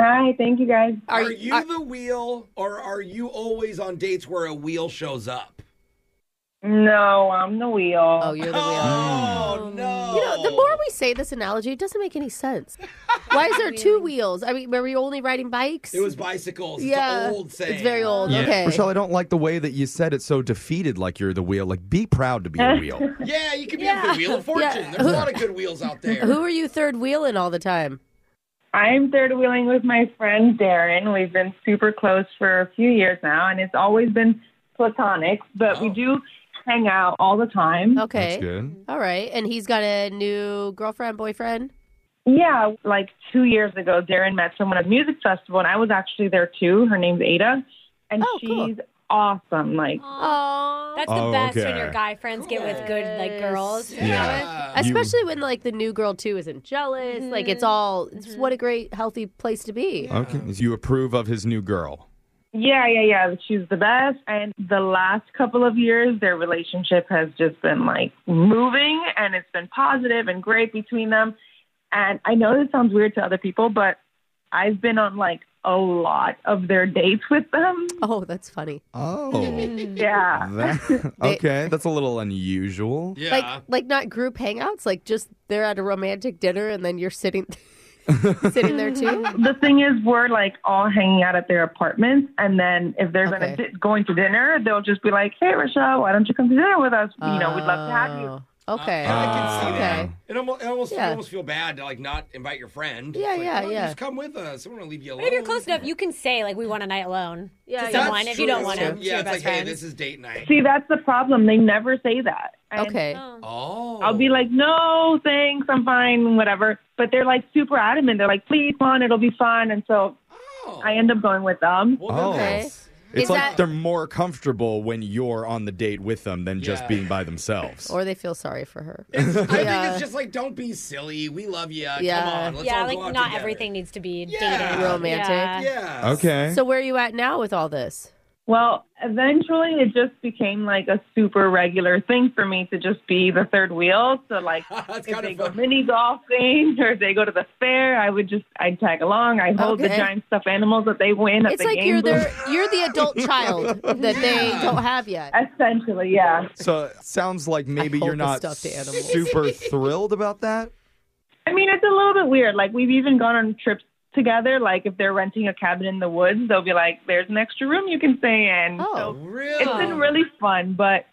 Speaker 12: Hi, thank you guys.
Speaker 4: are, you the wheel, or are you always on dates where a wheel shows up?
Speaker 12: No, I'm the wheel. Oh,
Speaker 1: you're the wheel. Oh,
Speaker 4: no.
Speaker 1: You know, the more we say this analogy, it doesn't make any sense. Why is there two wheels? I mean, were we only riding bikes?
Speaker 4: It was bicycles. It's
Speaker 1: Yeah.
Speaker 4: an old saying.
Speaker 1: It's very old.
Speaker 3: Yeah.
Speaker 1: Okay.
Speaker 3: Rochelle, I don't like the way that you said it so defeated, like you're the wheel. Like, be proud to be the wheel.
Speaker 4: yeah, you could be
Speaker 1: Yeah.
Speaker 4: on the wheel of fortune.
Speaker 1: Yeah.
Speaker 4: There's a lot of good wheels out there.
Speaker 1: Who are you third wheeling all the time?
Speaker 12: I'm third wheeling with my friend Darren. We've been super close for a few years now, and it's always been platonic, but we do hang out all the time.
Speaker 1: Okay. All right. And he's got a new girlfriend, boyfriend?
Speaker 12: Yeah, like two years ago, Darren met someone at a music festival, and I was actually there too. Her name's Ada, and she's awesome. Like,
Speaker 1: Oh.
Speaker 2: That's the
Speaker 12: Oh,
Speaker 2: best when
Speaker 12: okay.
Speaker 2: your guy friends get with good like girls. you
Speaker 1: Yeah.
Speaker 2: know?
Speaker 1: Especially when like the new girl too isn't jealous. Like
Speaker 12: Mm-hmm.
Speaker 1: it's all it's what a great healthy place to be.
Speaker 3: Okay. You approve of his new girl.
Speaker 12: yeah, yeah, yeah, she's the best. And the last couple of years, their relationship has just been like moving, and it's been positive and great between them. And I know this sounds weird to other people, but I've been on like a lot of their dates with them.
Speaker 1: Oh, that's funny.
Speaker 3: Oh.
Speaker 12: Yeah.
Speaker 3: That- okay, that's a little unusual.
Speaker 1: Like like not group hangouts, like just they're at a romantic dinner and then you're sitting sitting there too.
Speaker 12: The thing is, we're like all hanging out at their apartments, and then if they're gonna di- going to dinner, they'll just be like, "Hey, Rochelle, why don't you come to dinner with us? You know, we'd love to have you."
Speaker 1: Oh. Okay.
Speaker 4: Oh, I can see that.
Speaker 1: Okay.
Speaker 4: It almost, it almost, you
Speaker 1: Yeah.
Speaker 4: almost feel bad to like not invite your friend.
Speaker 1: Yeah,
Speaker 4: It's like,
Speaker 1: yeah,
Speaker 4: "Well,
Speaker 1: yeah.
Speaker 4: Just come with us. I want to leave you alone.
Speaker 2: But if you're close enough, you can say like we want a night alone to
Speaker 4: That's
Speaker 2: someone if you
Speaker 4: true.
Speaker 2: don't want to. to
Speaker 4: Yeah,
Speaker 2: your
Speaker 4: it's
Speaker 2: best
Speaker 4: like,
Speaker 2: friend.
Speaker 4: hey, this is date night.
Speaker 12: See, that's the problem. They never say that. And
Speaker 1: Okay.
Speaker 4: Oh.
Speaker 12: I'll be like, "No, thanks, I'm fine, whatever." But they're like super adamant. They're like, "Please, come on, it'll be fun." And so
Speaker 4: Oh.
Speaker 12: I end up going with them.
Speaker 3: Oh. It's
Speaker 1: Is
Speaker 3: like
Speaker 1: that-
Speaker 3: they're more comfortable when you're on the date with them than just
Speaker 4: Yeah.
Speaker 3: being by themselves.
Speaker 1: Uh, Or they feel sorry for her.
Speaker 4: I think
Speaker 1: Yeah.
Speaker 4: it's just like, don't be silly. We love you. Come
Speaker 1: Yeah.
Speaker 4: on. Let's
Speaker 2: yeah,
Speaker 4: all
Speaker 2: like
Speaker 4: go out
Speaker 2: not
Speaker 4: together.
Speaker 2: everything needs to be dated.
Speaker 1: Romantic.
Speaker 2: Yeah.
Speaker 4: Yeah.
Speaker 3: Okay.
Speaker 1: So where are you at now with all this?
Speaker 12: Well, eventually it just became like a super regular thing for me to just be the third wheel. So like if they go mini golfing or if they go to the fair, I would just I'd tag along. I hold the
Speaker 1: Okay.
Speaker 12: giant stuffed animals that they win at
Speaker 1: it's
Speaker 12: the
Speaker 1: like
Speaker 12: game
Speaker 1: you're
Speaker 12: booth.
Speaker 1: their you're the adult child that they don't have yet.
Speaker 12: Essentially, yeah.
Speaker 3: So it sounds like maybe
Speaker 1: hold
Speaker 3: you're
Speaker 1: the
Speaker 3: not
Speaker 1: stuffed animal.
Speaker 3: super thrilled about that.
Speaker 12: I mean, it's a little bit weird. Like we've even gone on trips together. Like if they're renting a cabin in the woods, they'll be like, "There's an extra room you can stay in."
Speaker 1: Oh,
Speaker 4: really?
Speaker 12: It's been really fun, but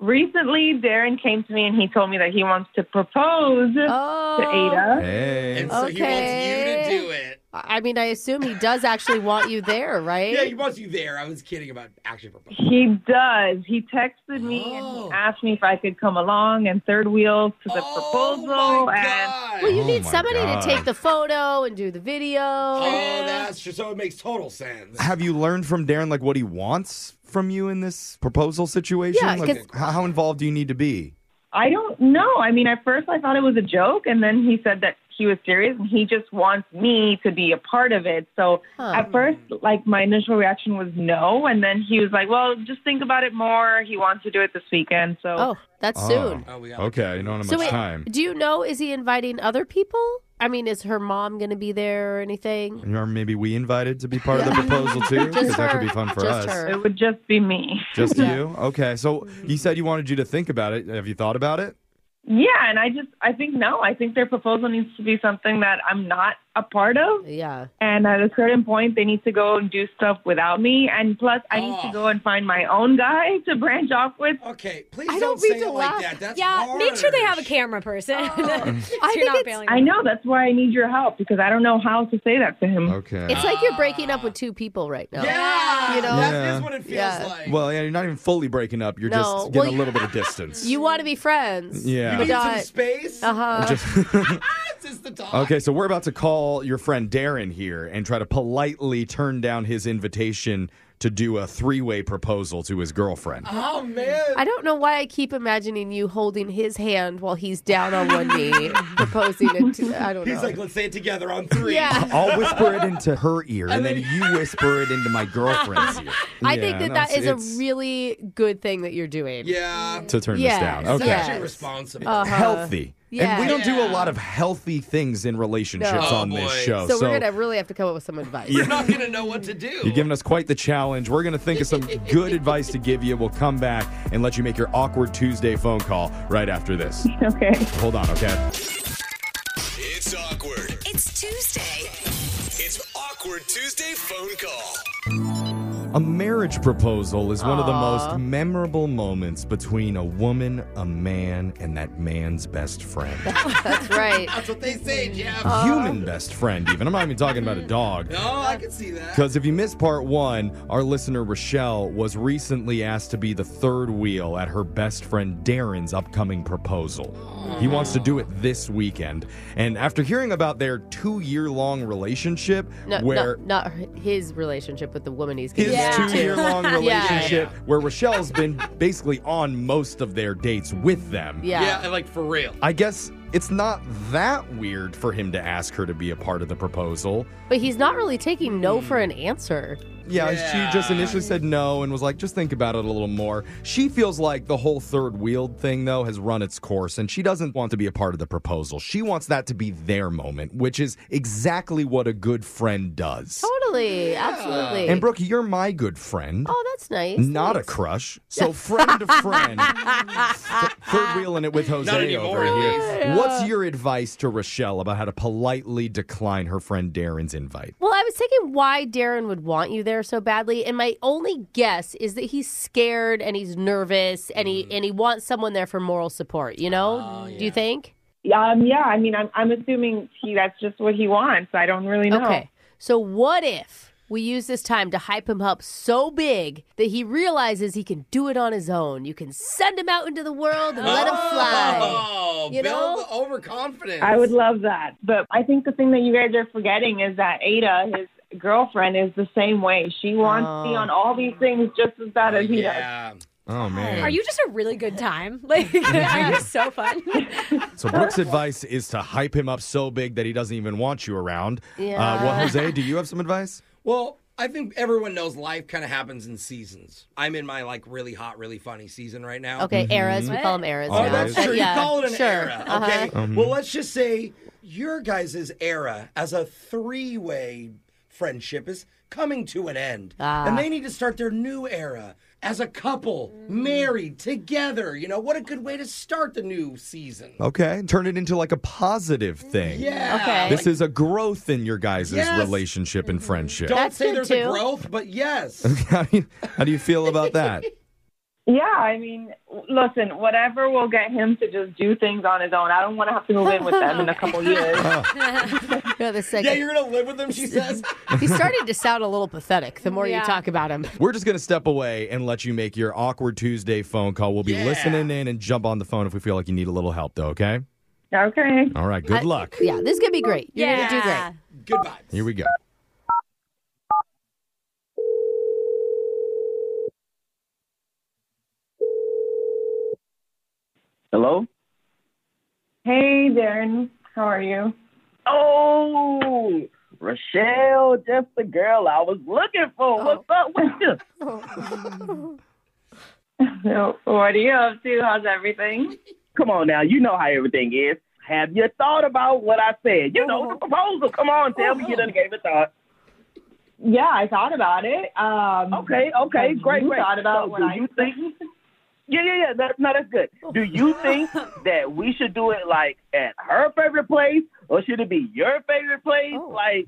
Speaker 12: recently Darren came to me and he told me that he wants to propose to Ada.
Speaker 3: Hey.
Speaker 4: Oh. And so he wants you to do it.
Speaker 1: I mean, I assume he does actually want you there, right?
Speaker 4: Yeah, he wants you there. I was kidding about actually proposing.
Speaker 12: He does. He texted me and
Speaker 4: Oh.
Speaker 12: he asked me if I could come along and third wheel to the
Speaker 4: Oh,
Speaker 12: proposal. and
Speaker 1: Well, you
Speaker 12: Oh
Speaker 1: need
Speaker 12: my
Speaker 1: somebody
Speaker 12: God.
Speaker 1: to take the photo and do the video.
Speaker 4: Oh, that's true. So it makes total sense.
Speaker 3: Have you learned from Darren like what he wants from you in this proposal situation?
Speaker 12: Yeah,
Speaker 3: like,
Speaker 12: 'cause-
Speaker 3: how how involved do you need to be?
Speaker 12: I don't know. I mean, at first I thought it was a joke, and then he said that he was serious and he just wants me to be a part of it. So at first, like, my initial reaction was no. And then he was like, well, just think about it more. He wants to do it this weekend. So,
Speaker 1: Oh, that's
Speaker 3: Ah.
Speaker 1: soon.
Speaker 3: okay, you don't have
Speaker 1: So
Speaker 3: much
Speaker 1: wait,
Speaker 3: time.
Speaker 1: do you know is he inviting other people? I mean, is her mom going to be there or anything?
Speaker 3: Or maybe we invited to be part of the proposal too, because that could be fun for us.
Speaker 12: It would just be me.
Speaker 3: Just you? Okay. So he said you wanted you to think about it. Have you thought about it?
Speaker 12: Yeah. And I just, I think no, I think their proposal needs to be something that I'm not a part of.
Speaker 1: Yeah.
Speaker 12: And at a certain point, they need to go and do stuff without me. And plus, I need to go and find my own guy to branch off with.
Speaker 4: Okay, please
Speaker 2: Oh. I
Speaker 4: don't,
Speaker 2: don't mean
Speaker 4: say
Speaker 2: to
Speaker 4: it like
Speaker 2: laugh.
Speaker 4: that. That's
Speaker 2: yeah,
Speaker 4: hard.
Speaker 2: make sure they have a camera person. Oh. I
Speaker 1: think it's-
Speaker 12: I know that's why I need your help because I don't know how to say that to him.
Speaker 3: Okay.
Speaker 1: It's like you're breaking up with two people right now.
Speaker 4: Yeah.
Speaker 1: You know?
Speaker 3: That is what
Speaker 4: it feels
Speaker 1: like.
Speaker 3: Well, yeah, you're not even fully breaking up. You're
Speaker 1: No.
Speaker 3: just getting
Speaker 1: Well,
Speaker 3: a little bit of distance.
Speaker 1: You want to be friends.
Speaker 3: Yeah. You
Speaker 1: but
Speaker 3: need some
Speaker 1: not-
Speaker 4: space.
Speaker 1: Uh-huh.
Speaker 3: Just-
Speaker 4: Just the dog.
Speaker 3: okay, so we're about to call your friend Darren here and try to politely turn down his invitation to do a three-way proposal to his girlfriend.
Speaker 4: Oh man.
Speaker 1: I don't know why I keep imagining you holding his hand while he's down on one knee proposing it to, I don't
Speaker 4: He's
Speaker 1: know.
Speaker 4: like, let's say it together on three.
Speaker 1: Oh, Yeah.
Speaker 3: I'll whisper it into her ear, and then you whisper it into my girlfriend's ear.
Speaker 1: I
Speaker 3: Yeah,
Speaker 1: think that
Speaker 3: no,
Speaker 1: that
Speaker 3: it's-
Speaker 1: is a really good thing that you're doing.
Speaker 4: Yeah.
Speaker 3: to turn
Speaker 1: Yes,
Speaker 3: this down. Okay,
Speaker 1: yes.
Speaker 4: responsible.
Speaker 1: Uh-huh.
Speaker 3: healthy.
Speaker 1: Yeah. Oh,
Speaker 3: And we don't do a lot of healthy things in relationships
Speaker 1: No.
Speaker 3: on this show.
Speaker 1: So, we're gonna really have to come up with some advice.
Speaker 3: We're
Speaker 4: Oh, not gonna know what to do.
Speaker 3: You're giving us quite the challenge. We're going to think of some good advice to give you. We'll come back and let you make your awkward Tuesday phone call right after this.
Speaker 12: Okay.
Speaker 3: Hold on, okay?
Speaker 9: It's awkward.
Speaker 7: It's Tuesday.
Speaker 9: It's awkward Tuesday phone call.
Speaker 3: A marriage proposal is one of the
Speaker 9: Aw.
Speaker 3: most memorable moments between a woman, a man, and that man's best friend.
Speaker 1: That's right. Uh,
Speaker 4: That's what they say, Jeff.
Speaker 5: Uh-huh.
Speaker 3: Human best friend, even. I'm not even talking about a dog.
Speaker 4: No, I can see that.
Speaker 3: Because if you missed part one, our listener Rochelle was recently asked to be the third wheel at her best friend Darren's upcoming proposal. He wants to do it this weekend. And after hearing about their two year long relationship,
Speaker 1: No,
Speaker 3: where
Speaker 1: no, not his relationship with the woman he's
Speaker 3: his
Speaker 1: getting married to.
Speaker 3: two year long
Speaker 1: Yeah.
Speaker 3: relationship, where Rochelle's been basically on most of their dates with them.
Speaker 1: Yeah.
Speaker 4: Yeah, and, like for real.
Speaker 3: I guess it's not that weird for him to ask her to be a part of the proposal.
Speaker 1: But he's not really taking no for an answer.
Speaker 3: Yeah, she just initially said no and was like, just think about it a little more. She feels like the whole third wheeled thing, though, has run its course and she doesn't want to be a part of the proposal. She wants that to be their moment, which is exactly what a good friend does.
Speaker 1: Totally, absolutely.
Speaker 3: And Brooke, you're my good friend.
Speaker 1: oh, that's nice.
Speaker 3: Not a crush. So, friend to friend, th- third wheeling it with Jose
Speaker 4: anymore,
Speaker 3: over
Speaker 4: at
Speaker 3: here.
Speaker 4: least. Yeah.
Speaker 3: What's your advice to Rochelle about how to politely decline her friend Darren's invite?
Speaker 1: Well, I was thinking why Darren would want you there so badly, and my only guess is that he's scared and he's nervous and he and he wants someone there for moral support. You know? Do you think?
Speaker 12: Um, yeah, I mean, I'm, I'm assuming he, that's just what he wants. I don't really know.
Speaker 1: Okay. So what if we use this time to hype him up so big that he realizes he can do it on his own? You can send him out into the world and let him fly.
Speaker 4: Oh,
Speaker 1: You
Speaker 4: build
Speaker 1: know?
Speaker 4: the overconfidence.
Speaker 12: I would love that. But I think the thing that you guys are forgetting is that Ada, his girlfriend, is the same way. She wants to be
Speaker 2: Oh.
Speaker 12: on all these things just as bad as he
Speaker 4: does.
Speaker 3: Oh, man.
Speaker 2: Are you just a really good time? Like, are you so fun?
Speaker 3: So Brooke's advice is to hype him up so big that he doesn't even want you around. Uh, well,
Speaker 4: Yeah.
Speaker 3: Jose, do you have some advice?
Speaker 4: Well, I think everyone knows life kind of happens in seasons. I'm in my like really hot, really funny season right now.
Speaker 1: Okay, eras. We call them eras.
Speaker 4: Oh,
Speaker 1: now.
Speaker 4: that's
Speaker 1: Uh,
Speaker 4: true.
Speaker 1: yeah,
Speaker 4: You call it an
Speaker 1: sure.
Speaker 4: era. Okay.
Speaker 1: Uh-huh. Mhm.
Speaker 4: Well, let's just say your guys' era as a three way friendship is coming to an end.
Speaker 1: Ah.
Speaker 4: And they need to start their new era as a couple, married together. You know, what a good way to start the new season.
Speaker 3: Okay, turn it into like a positive thing.
Speaker 4: Yeah. Okay.
Speaker 3: This is a growth in your guys'
Speaker 4: Yes.
Speaker 3: relationship and friendship.
Speaker 4: Don't say there's a growth, but yes.
Speaker 3: how, do you, how do you feel about that?
Speaker 12: Yeah, I mean, listen, whatever will get him to just do things on his own. I don't want to have to move in with them in a couple years.
Speaker 1: No, the second.
Speaker 4: Yeah, you're gonna live with him. She says.
Speaker 1: He's starting to sound a little pathetic the more
Speaker 4: Yeah.
Speaker 1: you talk about him.
Speaker 3: We're just going to step away and let you make your awkward Tuesday phone call. We'll be listening in and jump on the phone if we feel like you need a little help, though, okay?
Speaker 12: Okay.
Speaker 3: All right, Oh, good
Speaker 1: I-
Speaker 3: luck.
Speaker 1: Yeah, this is gonna be great. You're gonna do great.
Speaker 4: Good vibes.
Speaker 3: Here we go.
Speaker 13: Hello?
Speaker 12: Hey, Darren, how are you?
Speaker 13: Oh, Rochelle, just the girl I was looking for. What's up with you?
Speaker 12: So, what are you up to? How's everything?
Speaker 13: Come on now, you know how everything is. Have you thought about what I said? You know, the
Speaker 12: Uh-huh.
Speaker 13: proposal. Come on, tell me you done gave it thought.
Speaker 12: Yeah, I thought about it. Um,
Speaker 13: Okay, okay,
Speaker 12: have
Speaker 13: great,
Speaker 12: you
Speaker 13: great.
Speaker 12: Thought about
Speaker 13: So
Speaker 12: what
Speaker 13: do
Speaker 12: I
Speaker 13: you think? Yeah, yeah, yeah. That, no, that's good. Do you think that we should do it like at her favorite place, or should it be your favorite place?
Speaker 12: Oh.
Speaker 13: Like,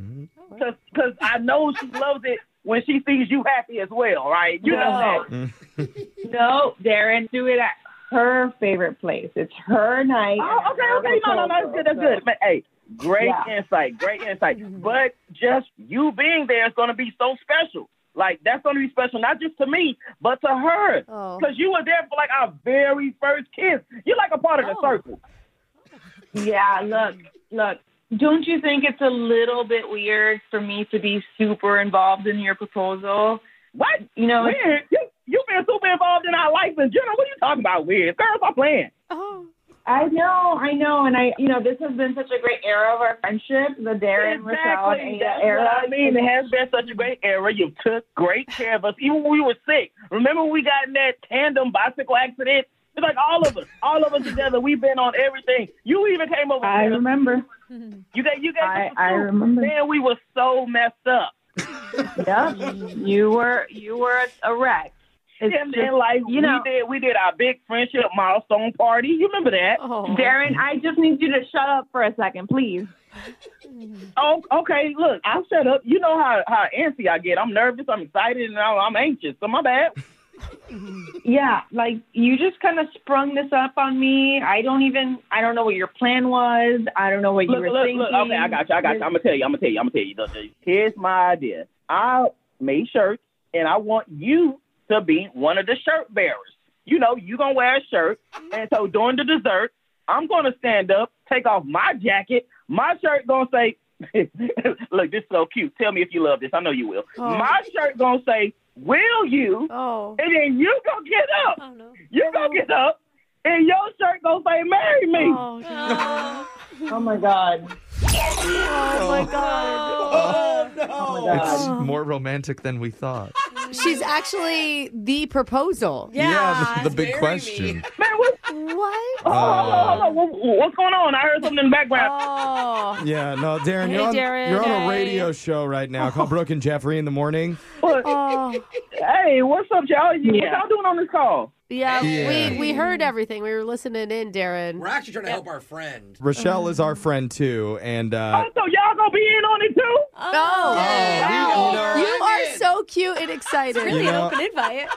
Speaker 13: because I know she loves it when she sees you happy as well, right? You know that.
Speaker 12: No. no, Darren, do it at her favorite place. It's her night.
Speaker 13: Oh, okay, okay. No, no, no, that's good, that's good. But hey, great
Speaker 12: Yeah. Mm-hmm.
Speaker 13: insight, great insight. But just you being there is going to be so special. Like that's going to be special, not just to me, but to her,
Speaker 12: Oh.
Speaker 13: because you were there for like our very first kiss. You're like a part of the circle.
Speaker 12: Oh. Yeah, look, look. Don't you think it's a little bit weird for me to be super involved in your proposal?
Speaker 13: What?
Speaker 12: You know,
Speaker 13: Weird. You, you've been super involved in our life in general. What are you talking about? Weird. Girl, stop playing.
Speaker 12: Oh. I know, I know, and I, you know, this has been such a great era of our friendship, the Darren Rochelle and
Speaker 13: Exactly.
Speaker 12: Ada
Speaker 13: That's
Speaker 12: era.
Speaker 13: what I mean, it has been such a great era. You took great care of us, even when we were sick. Remember, when we got in that tandem bicycle accident It's like all of us, all of us together. We've been on everything. You even came over.
Speaker 12: I remember.
Speaker 13: You gave you gave
Speaker 12: I-
Speaker 13: us a
Speaker 12: I
Speaker 13: scoop.
Speaker 12: remember.
Speaker 13: Man, we were so messed up.
Speaker 12: Yeah, you were you were a wreck. It's
Speaker 13: and
Speaker 12: just,
Speaker 13: then like
Speaker 12: you know-
Speaker 13: we did we did our big friendship milestone party. You remember that?
Speaker 12: Darren, I just need you to shut up for a second, please.
Speaker 13: Oh, okay. Look, I shut up. You know how how antsy I get. I'm nervous. I'm excited, and I'm, I'm anxious. So my bad.
Speaker 12: Yeah, like you just kind of sprung this up on me. I don't even I don't know what your plan was. I don't know what you
Speaker 13: Look,
Speaker 12: were
Speaker 13: look,
Speaker 12: thinking.
Speaker 13: look. Okay, I got you. I got you. I'm gonna tell you. I'm gonna tell you. I'm gonna tell you. Look, Here's my idea. I made shirts, and I want you to be one of the shirt bearers. You know, you gonna wear a shirt, and so during the dessert, I'm gonna stand up, take off my jacket. My shirt gonna say, "Look, this is so cute. Tell me if you love this. I know you will."
Speaker 12: Oh.
Speaker 13: My shirt gonna say, "Will you?"
Speaker 1: Oh.
Speaker 13: And then you gonna get up. You gonna get up, and your shirt gonna say, "Marry me."
Speaker 1: Oh,
Speaker 12: Oh my god.
Speaker 1: Oh my god.
Speaker 12: Oh
Speaker 1: my
Speaker 14: It's
Speaker 1: God.
Speaker 14: more romantic than we thought.
Speaker 1: She's actually the proposal.
Speaker 14: the, the big question.
Speaker 13: Man, what?
Speaker 1: What?
Speaker 3: Uh,
Speaker 13: Oh, hold on, hold on. What- What's going on? I heard something in the background.
Speaker 1: Oh.
Speaker 3: Yeah, no, Darren,
Speaker 13: Hey,
Speaker 3: you're on,
Speaker 13: Darren.
Speaker 3: you're on
Speaker 13: Hey.
Speaker 3: a radio show right now called Brooke and Jeffrey in the morning.
Speaker 1: Oh.
Speaker 13: Hey, what's up, y'all? You,
Speaker 3: Yeah.
Speaker 13: What y'all doing on this call?
Speaker 1: Yeah,
Speaker 3: Yeah.
Speaker 1: we we heard everything. We were listening in, Darren. We're
Speaker 4: actually trying to help our friend.
Speaker 3: Rochelle is our friend too, and uh,
Speaker 13: So y'all gonna be in on it too?
Speaker 1: Oh,
Speaker 3: Oh, we-
Speaker 1: you are so cute and excited.
Speaker 3: It's really You an know- open
Speaker 1: invite.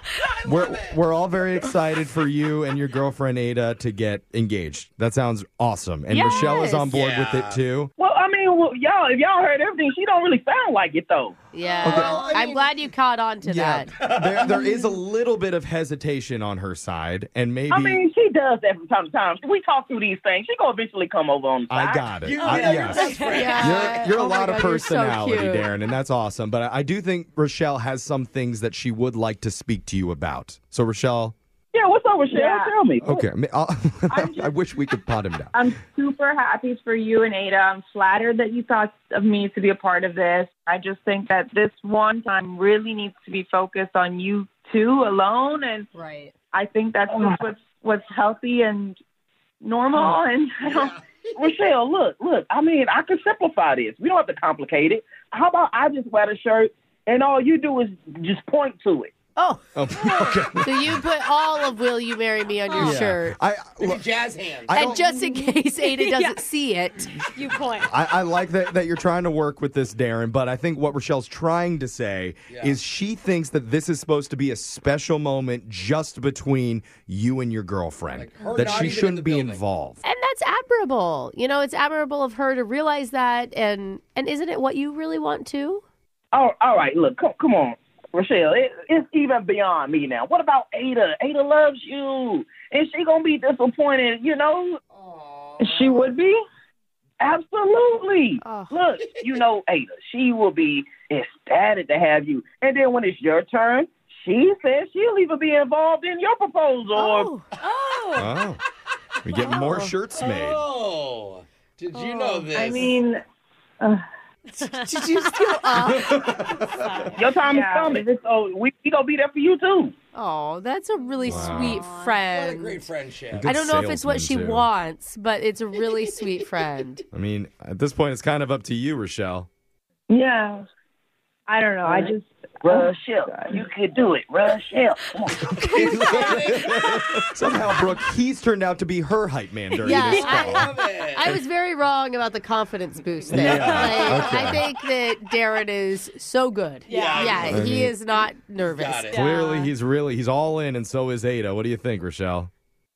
Speaker 3: we're we're all very excited for you and your girlfriend Ada to get engaged. That sounds awesome, and Rochelle is on board with
Speaker 4: Yeah.
Speaker 3: it too.
Speaker 13: Well, I mean, well, y'all, if y'all heard everything, she don't really sound like it though.
Speaker 1: Yeah, I'm glad you caught on to that.
Speaker 3: there, there is a little bit of hesitation on her side, and maybe
Speaker 13: I mean, she does that from time to time. We talk through these things. She gonna eventually come over on. The
Speaker 3: I
Speaker 13: side.
Speaker 3: got it. I- yes. Oh You're, you're
Speaker 13: Oh
Speaker 3: a lot of personality, Darren, and that's awesome. But I, I do think Rochelle has some things that she would like to speak to you about. So, Rochelle.
Speaker 13: Yeah, what's up, Rochelle?
Speaker 12: Yeah.
Speaker 13: Tell me.
Speaker 3: Okay. I, mean, I'll- I wish we could pot him down.
Speaker 12: I'm super happy for you and Ada. I'm flattered that you thought of me to be a part of this. I just think that this one time really needs to be focused on you two alone, and
Speaker 1: right.
Speaker 12: I think that's just what's what's healthy and normal. And I don't.
Speaker 13: Rochelle, look, look. I mean, I can simplify this. We don't have to complicate it. How about I just wear the shirt and all you do is just point to it.
Speaker 1: Oh.
Speaker 3: okay.
Speaker 1: So you put all of "Will You Marry Me" on your
Speaker 3: Yeah.
Speaker 1: shirt.
Speaker 3: I,
Speaker 4: jazz hands.
Speaker 1: and just in case Ada doesn't see it,
Speaker 2: you point.
Speaker 3: I, I like that, that you're trying to work with this, Darren, but I think what Rochelle's trying to say is she thinks that this is supposed to be a special moment just between you and your girlfriend,
Speaker 1: her
Speaker 3: that
Speaker 1: not
Speaker 3: she
Speaker 1: even in
Speaker 3: shouldn't be involved.
Speaker 1: and that's admirable. You know, it's admirable of her to realize that, and and isn't it what you really want to?
Speaker 13: Oh, all right. Look, come, come on, Rochelle. It, it's even beyond me now. What about Ada? Ada loves you, and she gonna be disappointed. You know,
Speaker 12: She would be.
Speaker 13: Absolutely. Look, you know Ada. She will be ecstatic to have you. And then when it's your turn, she says she'll even be involved in your proposal. or-
Speaker 3: Oh. We get more shirts made.
Speaker 4: Oh, did you know this?
Speaker 12: I mean, uh,
Speaker 1: did you Oh. still
Speaker 13: your time
Speaker 12: Yeah.
Speaker 13: is coming. So oh, we, we gonna be there for you too.
Speaker 1: Oh, that's a really
Speaker 13: Wow.
Speaker 1: sweet friend. What a
Speaker 4: great friendship.
Speaker 1: I don't know if it's what she
Speaker 3: Salesman, too.
Speaker 1: wants, but it's a really sweet friend.
Speaker 3: I mean, at this point, it's kind of up to you, Rochelle.
Speaker 12: yeah. I don't know. I just oh,
Speaker 13: Rochelle, you could do it, Rochelle. Come
Speaker 3: Somehow, Brooke, he's turned out to be her hype man during
Speaker 1: Yeah,
Speaker 3: this
Speaker 1: I-
Speaker 3: call.
Speaker 1: I was very wrong about the confidence boost there.
Speaker 3: Yeah,
Speaker 1: Like,
Speaker 3: okay.
Speaker 1: I think that Darren is so good.
Speaker 4: Yeah.
Speaker 1: Yeah,
Speaker 3: I
Speaker 1: he
Speaker 3: mean-
Speaker 1: is not nervous.
Speaker 3: Clearly, he's really he's all in, and so is Ada. What do you think, Rochelle?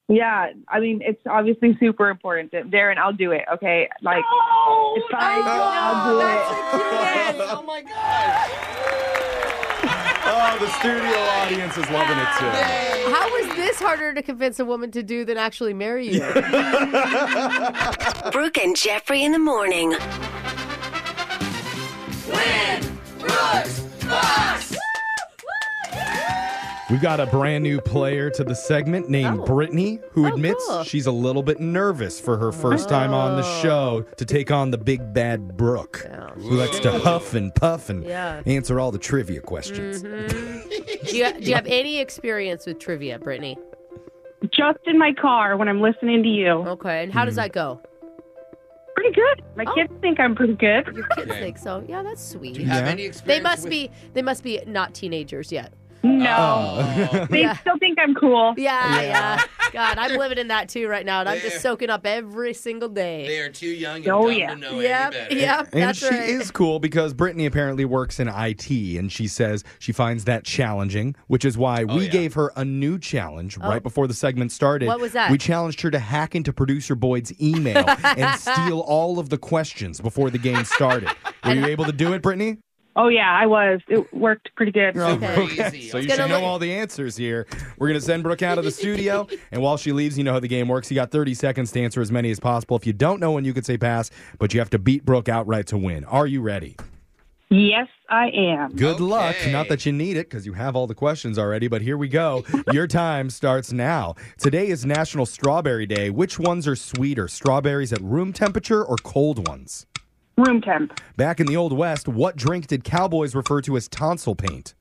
Speaker 12: Yeah, I mean it's obviously super important. Darren, I'll do it. Okay, like it's fine. I'll do it.
Speaker 4: oh my gosh.
Speaker 3: Oh, the studio audience is loving it too.
Speaker 1: How was this harder to convince a woman to do than actually marry you?
Speaker 7: Brooke and Jeffrey in the morning.
Speaker 3: We've got a brand new player to the segment
Speaker 1: Oh.
Speaker 3: named Brittany, who admits she's a little bit nervous for her first time on
Speaker 1: Oh.
Speaker 3: the show to take on the big bad Brooke, who likes to huff and puff and
Speaker 1: Yeah.
Speaker 3: answer all the trivia questions.
Speaker 1: Mm-hmm. Mhm. do, you, do you have any experience with trivia, Brittany?
Speaker 15: just in my car when I'm listening to you.
Speaker 1: Okay, and how does that go? Oh.
Speaker 15: Pretty good. My kids think I'm pretty good.
Speaker 1: Your kids think so. Yeah, that's sweet.
Speaker 15: Do you have Yeah. any
Speaker 1: They
Speaker 15: experience
Speaker 1: must
Speaker 15: with-
Speaker 1: be. They must be not teenagers yet.
Speaker 15: No.
Speaker 3: Oh.
Speaker 15: They still think I'm cool.
Speaker 1: Yeah, yeah.
Speaker 15: Yeah.
Speaker 1: God, I'm living in that too right now, and I'm just soaking up every single day.
Speaker 4: They are too young
Speaker 1: and oh, dumb yeah. to know yep, Yep,
Speaker 3: And
Speaker 1: that's
Speaker 3: she
Speaker 1: right.
Speaker 3: is cool because Brittany apparently works in IT and she says she finds that challenging, which is why we gave her a new challenge
Speaker 1: Oh.
Speaker 3: right before the segment started.
Speaker 1: What was that?
Speaker 3: We challenged her to hack into producer Boyd's email and steal all of the questions before the game started. Were you able to do it, Brittany?
Speaker 15: Oh yeah, I was. It worked pretty good.
Speaker 3: Okay, So you should know all the answers here. We're going to send Brooke out of the studio. and while she leaves, you know how the game works. You got 30 seconds to answer as many as possible. If you don't know when you could say pass, but you have to beat Brooke outright to win. Are you ready?
Speaker 15: Yes, I am.
Speaker 3: Good luck. Not that you need it because you have all the questions already, but here we go. Your time starts now. Today is National Strawberry Day. Which ones are sweeter, strawberries at room temperature or cold ones?
Speaker 15: Room temp.
Speaker 3: Back in the Old West, what drink did cowboys refer to as tonsil paint?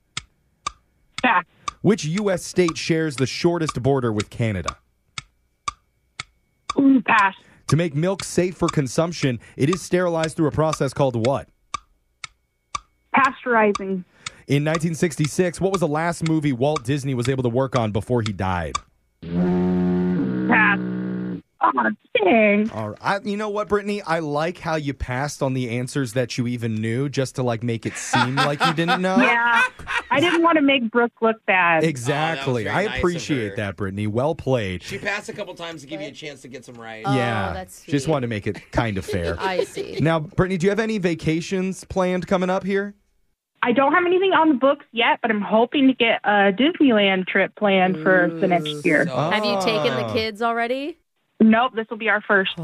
Speaker 15: Back.
Speaker 3: Which U.S. state shares the shortest border with Canada?
Speaker 15: Ooh, pass.
Speaker 3: To make milk safe for consumption, it is sterilized through a process called what?
Speaker 15: Pasteurizing.
Speaker 3: In 1966, what was the last movie Walt Disney was able to work on before he died?
Speaker 15: Pass. Oh, dang.
Speaker 3: All right. I, you know what, Brittany? I like how you passed on the answers that you even knew just to like make it seem like you didn't know.
Speaker 15: Yeah. I didn't want to make Brooke look bad.
Speaker 3: Exactly.
Speaker 4: Oh, very
Speaker 3: I
Speaker 4: nice of
Speaker 3: appreciate
Speaker 4: her.
Speaker 3: that, Brittany. Well played.
Speaker 4: She passed a couple times to give you a chance to get some right.
Speaker 1: Oh,
Speaker 3: yeah. Just wanted to make it kind of fair.
Speaker 1: I see.
Speaker 3: Now, Brittany, do you have any vacations planned coming up here?
Speaker 15: I don't have anything on the books yet, but I'm hoping to get a Disneyland trip planned for the next year.
Speaker 1: Have you taken
Speaker 3: Oh.
Speaker 12: Oh.
Speaker 1: the kids already? Oh.
Speaker 15: Nope, this will be our first.
Speaker 1: It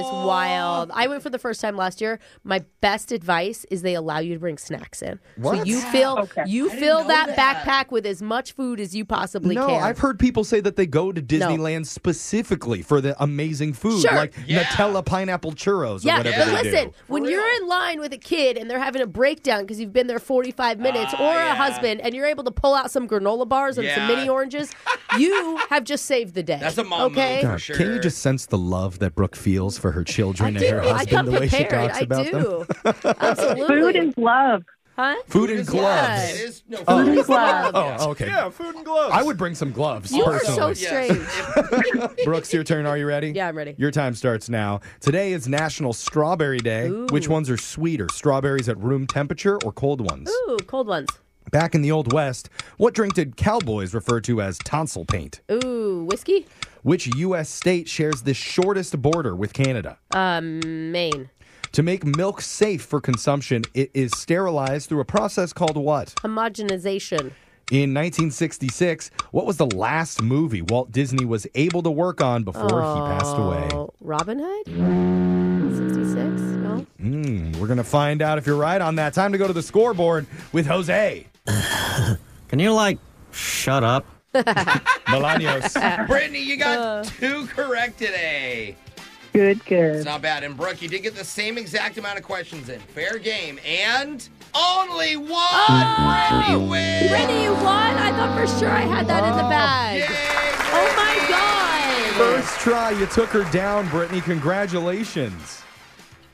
Speaker 1: is wild. I went for the first time last year. My best advice is they allow you to bring snacks in, so
Speaker 3: What?
Speaker 1: you fill
Speaker 15: Okay.
Speaker 1: you
Speaker 15: I didn't
Speaker 1: fill
Speaker 15: know
Speaker 1: that,
Speaker 15: that.
Speaker 1: backpack with as much food as you possibly
Speaker 3: No,
Speaker 1: can.
Speaker 3: I've heard people say that they go to Disneyland specifically for the amazing food,
Speaker 1: Sure.
Speaker 3: like Nutella pineapple churros or
Speaker 1: Yeah,
Speaker 3: whatever
Speaker 1: but
Speaker 3: they
Speaker 1: listen,
Speaker 3: do.
Speaker 1: when you're in line with a kid and they're having a breakdown because you've been there 45 minutes or a husband and you're able to pull out some granola bars and some
Speaker 4: Yeah.
Speaker 1: mini oranges, you have just saved the day. That's a mom okay?
Speaker 3: God, Can you just sense the love that Brooke feels for her children and her
Speaker 1: do. I come
Speaker 3: husband the way she
Speaker 1: prepared.
Speaker 3: talks
Speaker 1: I
Speaker 3: about them?
Speaker 1: do. Absolutely.
Speaker 15: Food is love.
Speaker 1: Huh?
Speaker 3: Food and gloves.
Speaker 1: Yes.
Speaker 3: It
Speaker 4: is- no,
Speaker 3: Oh.
Speaker 15: food is love.
Speaker 3: Oh, okay.
Speaker 5: Yeah, food and gloves.
Speaker 3: I would bring some gloves
Speaker 1: You are
Speaker 3: personally.
Speaker 1: so strange.
Speaker 3: Brooks, your turn. Are you ready?
Speaker 1: Yeah, I'm ready.
Speaker 3: Your time starts now. Today is National Strawberry Day.
Speaker 1: Ooh.
Speaker 3: Which ones are sweeter, strawberries at room temperature or cold ones?
Speaker 1: Ooh, cold ones.
Speaker 3: Back in the Old West, what drink did cowboys refer to as tonsil paint?
Speaker 1: Ooh, whiskey?
Speaker 3: Which U.S. state shares the shortest border with Canada?
Speaker 1: Um, Maine.
Speaker 3: To make milk safe for consumption, it is sterilized through a process called what?
Speaker 1: Homogenization.
Speaker 3: In 1966, what was the last movie Walt Disney was able to work on before he passed away?
Speaker 1: Oh, Robin Hood? 66? No?
Speaker 3: Mm, we're going to find out if you're right on that. Time to go to the scoreboard with Jose. Can you, like, shut up? Melanios.
Speaker 4: Brittany, you got
Speaker 1: Uh.
Speaker 4: two correct today.
Speaker 15: Good, good.
Speaker 4: It's not bad. And Brooke, you did get the same exact amount of questions in. Fair game. And only one Brittany wins.
Speaker 1: Oh! Brittany won? I thought for sure I had that in
Speaker 3: Ah.
Speaker 1: the bag. oh my God.
Speaker 3: First try, you took her down, Brittany. Congratulations.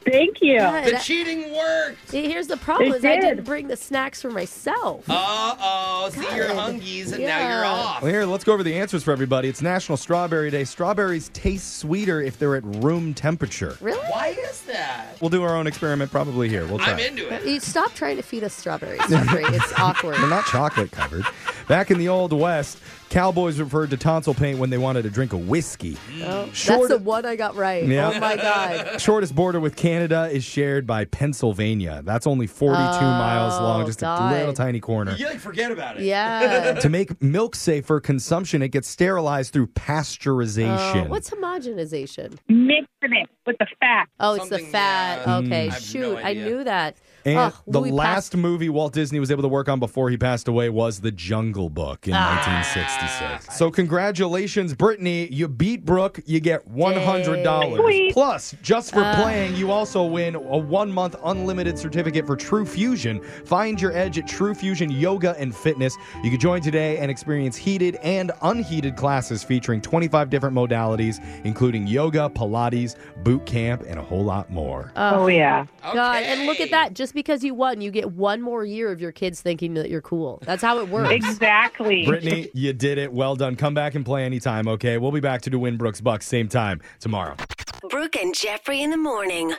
Speaker 15: Thank you.
Speaker 1: Yeah,
Speaker 4: The
Speaker 1: that-
Speaker 4: cheating worked.
Speaker 1: See, Here's the problem
Speaker 4: It
Speaker 1: is I didn't
Speaker 4: did.
Speaker 1: bring the snacks for myself.
Speaker 4: Uh oh. See, you're hungies, and now you're
Speaker 1: Yeah.
Speaker 4: off.
Speaker 3: Well, here, let's go over the answers for everybody. It's National Strawberry Day. Strawberries taste sweeter if they're at room temperature.
Speaker 1: Really?
Speaker 4: Why is that?
Speaker 3: We'll do our own experiment probably here. We'll try.
Speaker 4: I'm into it.
Speaker 1: You stop trying to feed us strawberries. Jeffrey. it's awkward.
Speaker 3: They're not chocolate covered. Back in the old west, cowboys referred to tonsil paint when they wanted to drink a whiskey.
Speaker 1: Oh,
Speaker 3: Short-
Speaker 1: That's the one I got right.
Speaker 3: Yeah.
Speaker 1: Oh my God.
Speaker 3: Shortest border with Canada is shared by Pennsylvania. That's only 42 miles long, just
Speaker 1: Oh, God.
Speaker 3: a little tiny corner.
Speaker 4: You like forget about it.
Speaker 1: Yeah.
Speaker 3: to make milk safe for consumption, it gets sterilized through pasteurization.
Speaker 1: Oh, what's homogenization?
Speaker 15: Mixing it with the fat.
Speaker 1: Oh, it's the fat.
Speaker 3: uh,
Speaker 1: okay,
Speaker 3: Mm. I have no
Speaker 1: shoot. I
Speaker 3: idea.
Speaker 1: knew that.
Speaker 3: And
Speaker 1: Ugh,
Speaker 3: the
Speaker 1: Louis
Speaker 3: last movie Walt Disney was able to work on before he passed away was The Jungle Book in
Speaker 1: Ah.
Speaker 3: 1966. So congratulations, Brittany. You beat Brooke. You get $100.
Speaker 16: Sweet.
Speaker 3: Plus, just for
Speaker 16: Uh.
Speaker 3: playing, you also win a one-month unlimited certificate for True Fusion. Find your edge at True Fusion Yoga and Fitness. You can join today and experience heated and unheated classes featuring 25 different modalities, including yoga, Pilates, boot camp, and a whole lot more.
Speaker 1: Ugh. Oh, God, and look at that. Just because you won, you get one more year of your kids thinking that you're cool. That's how it works.
Speaker 15: Exactly.
Speaker 3: Brittany, you did it. Well done. Come back and play anytime, okay? We'll be back to do Winbrook's Bucks same time tomorrow.
Speaker 7: Brooke and Jeffrey in the morning.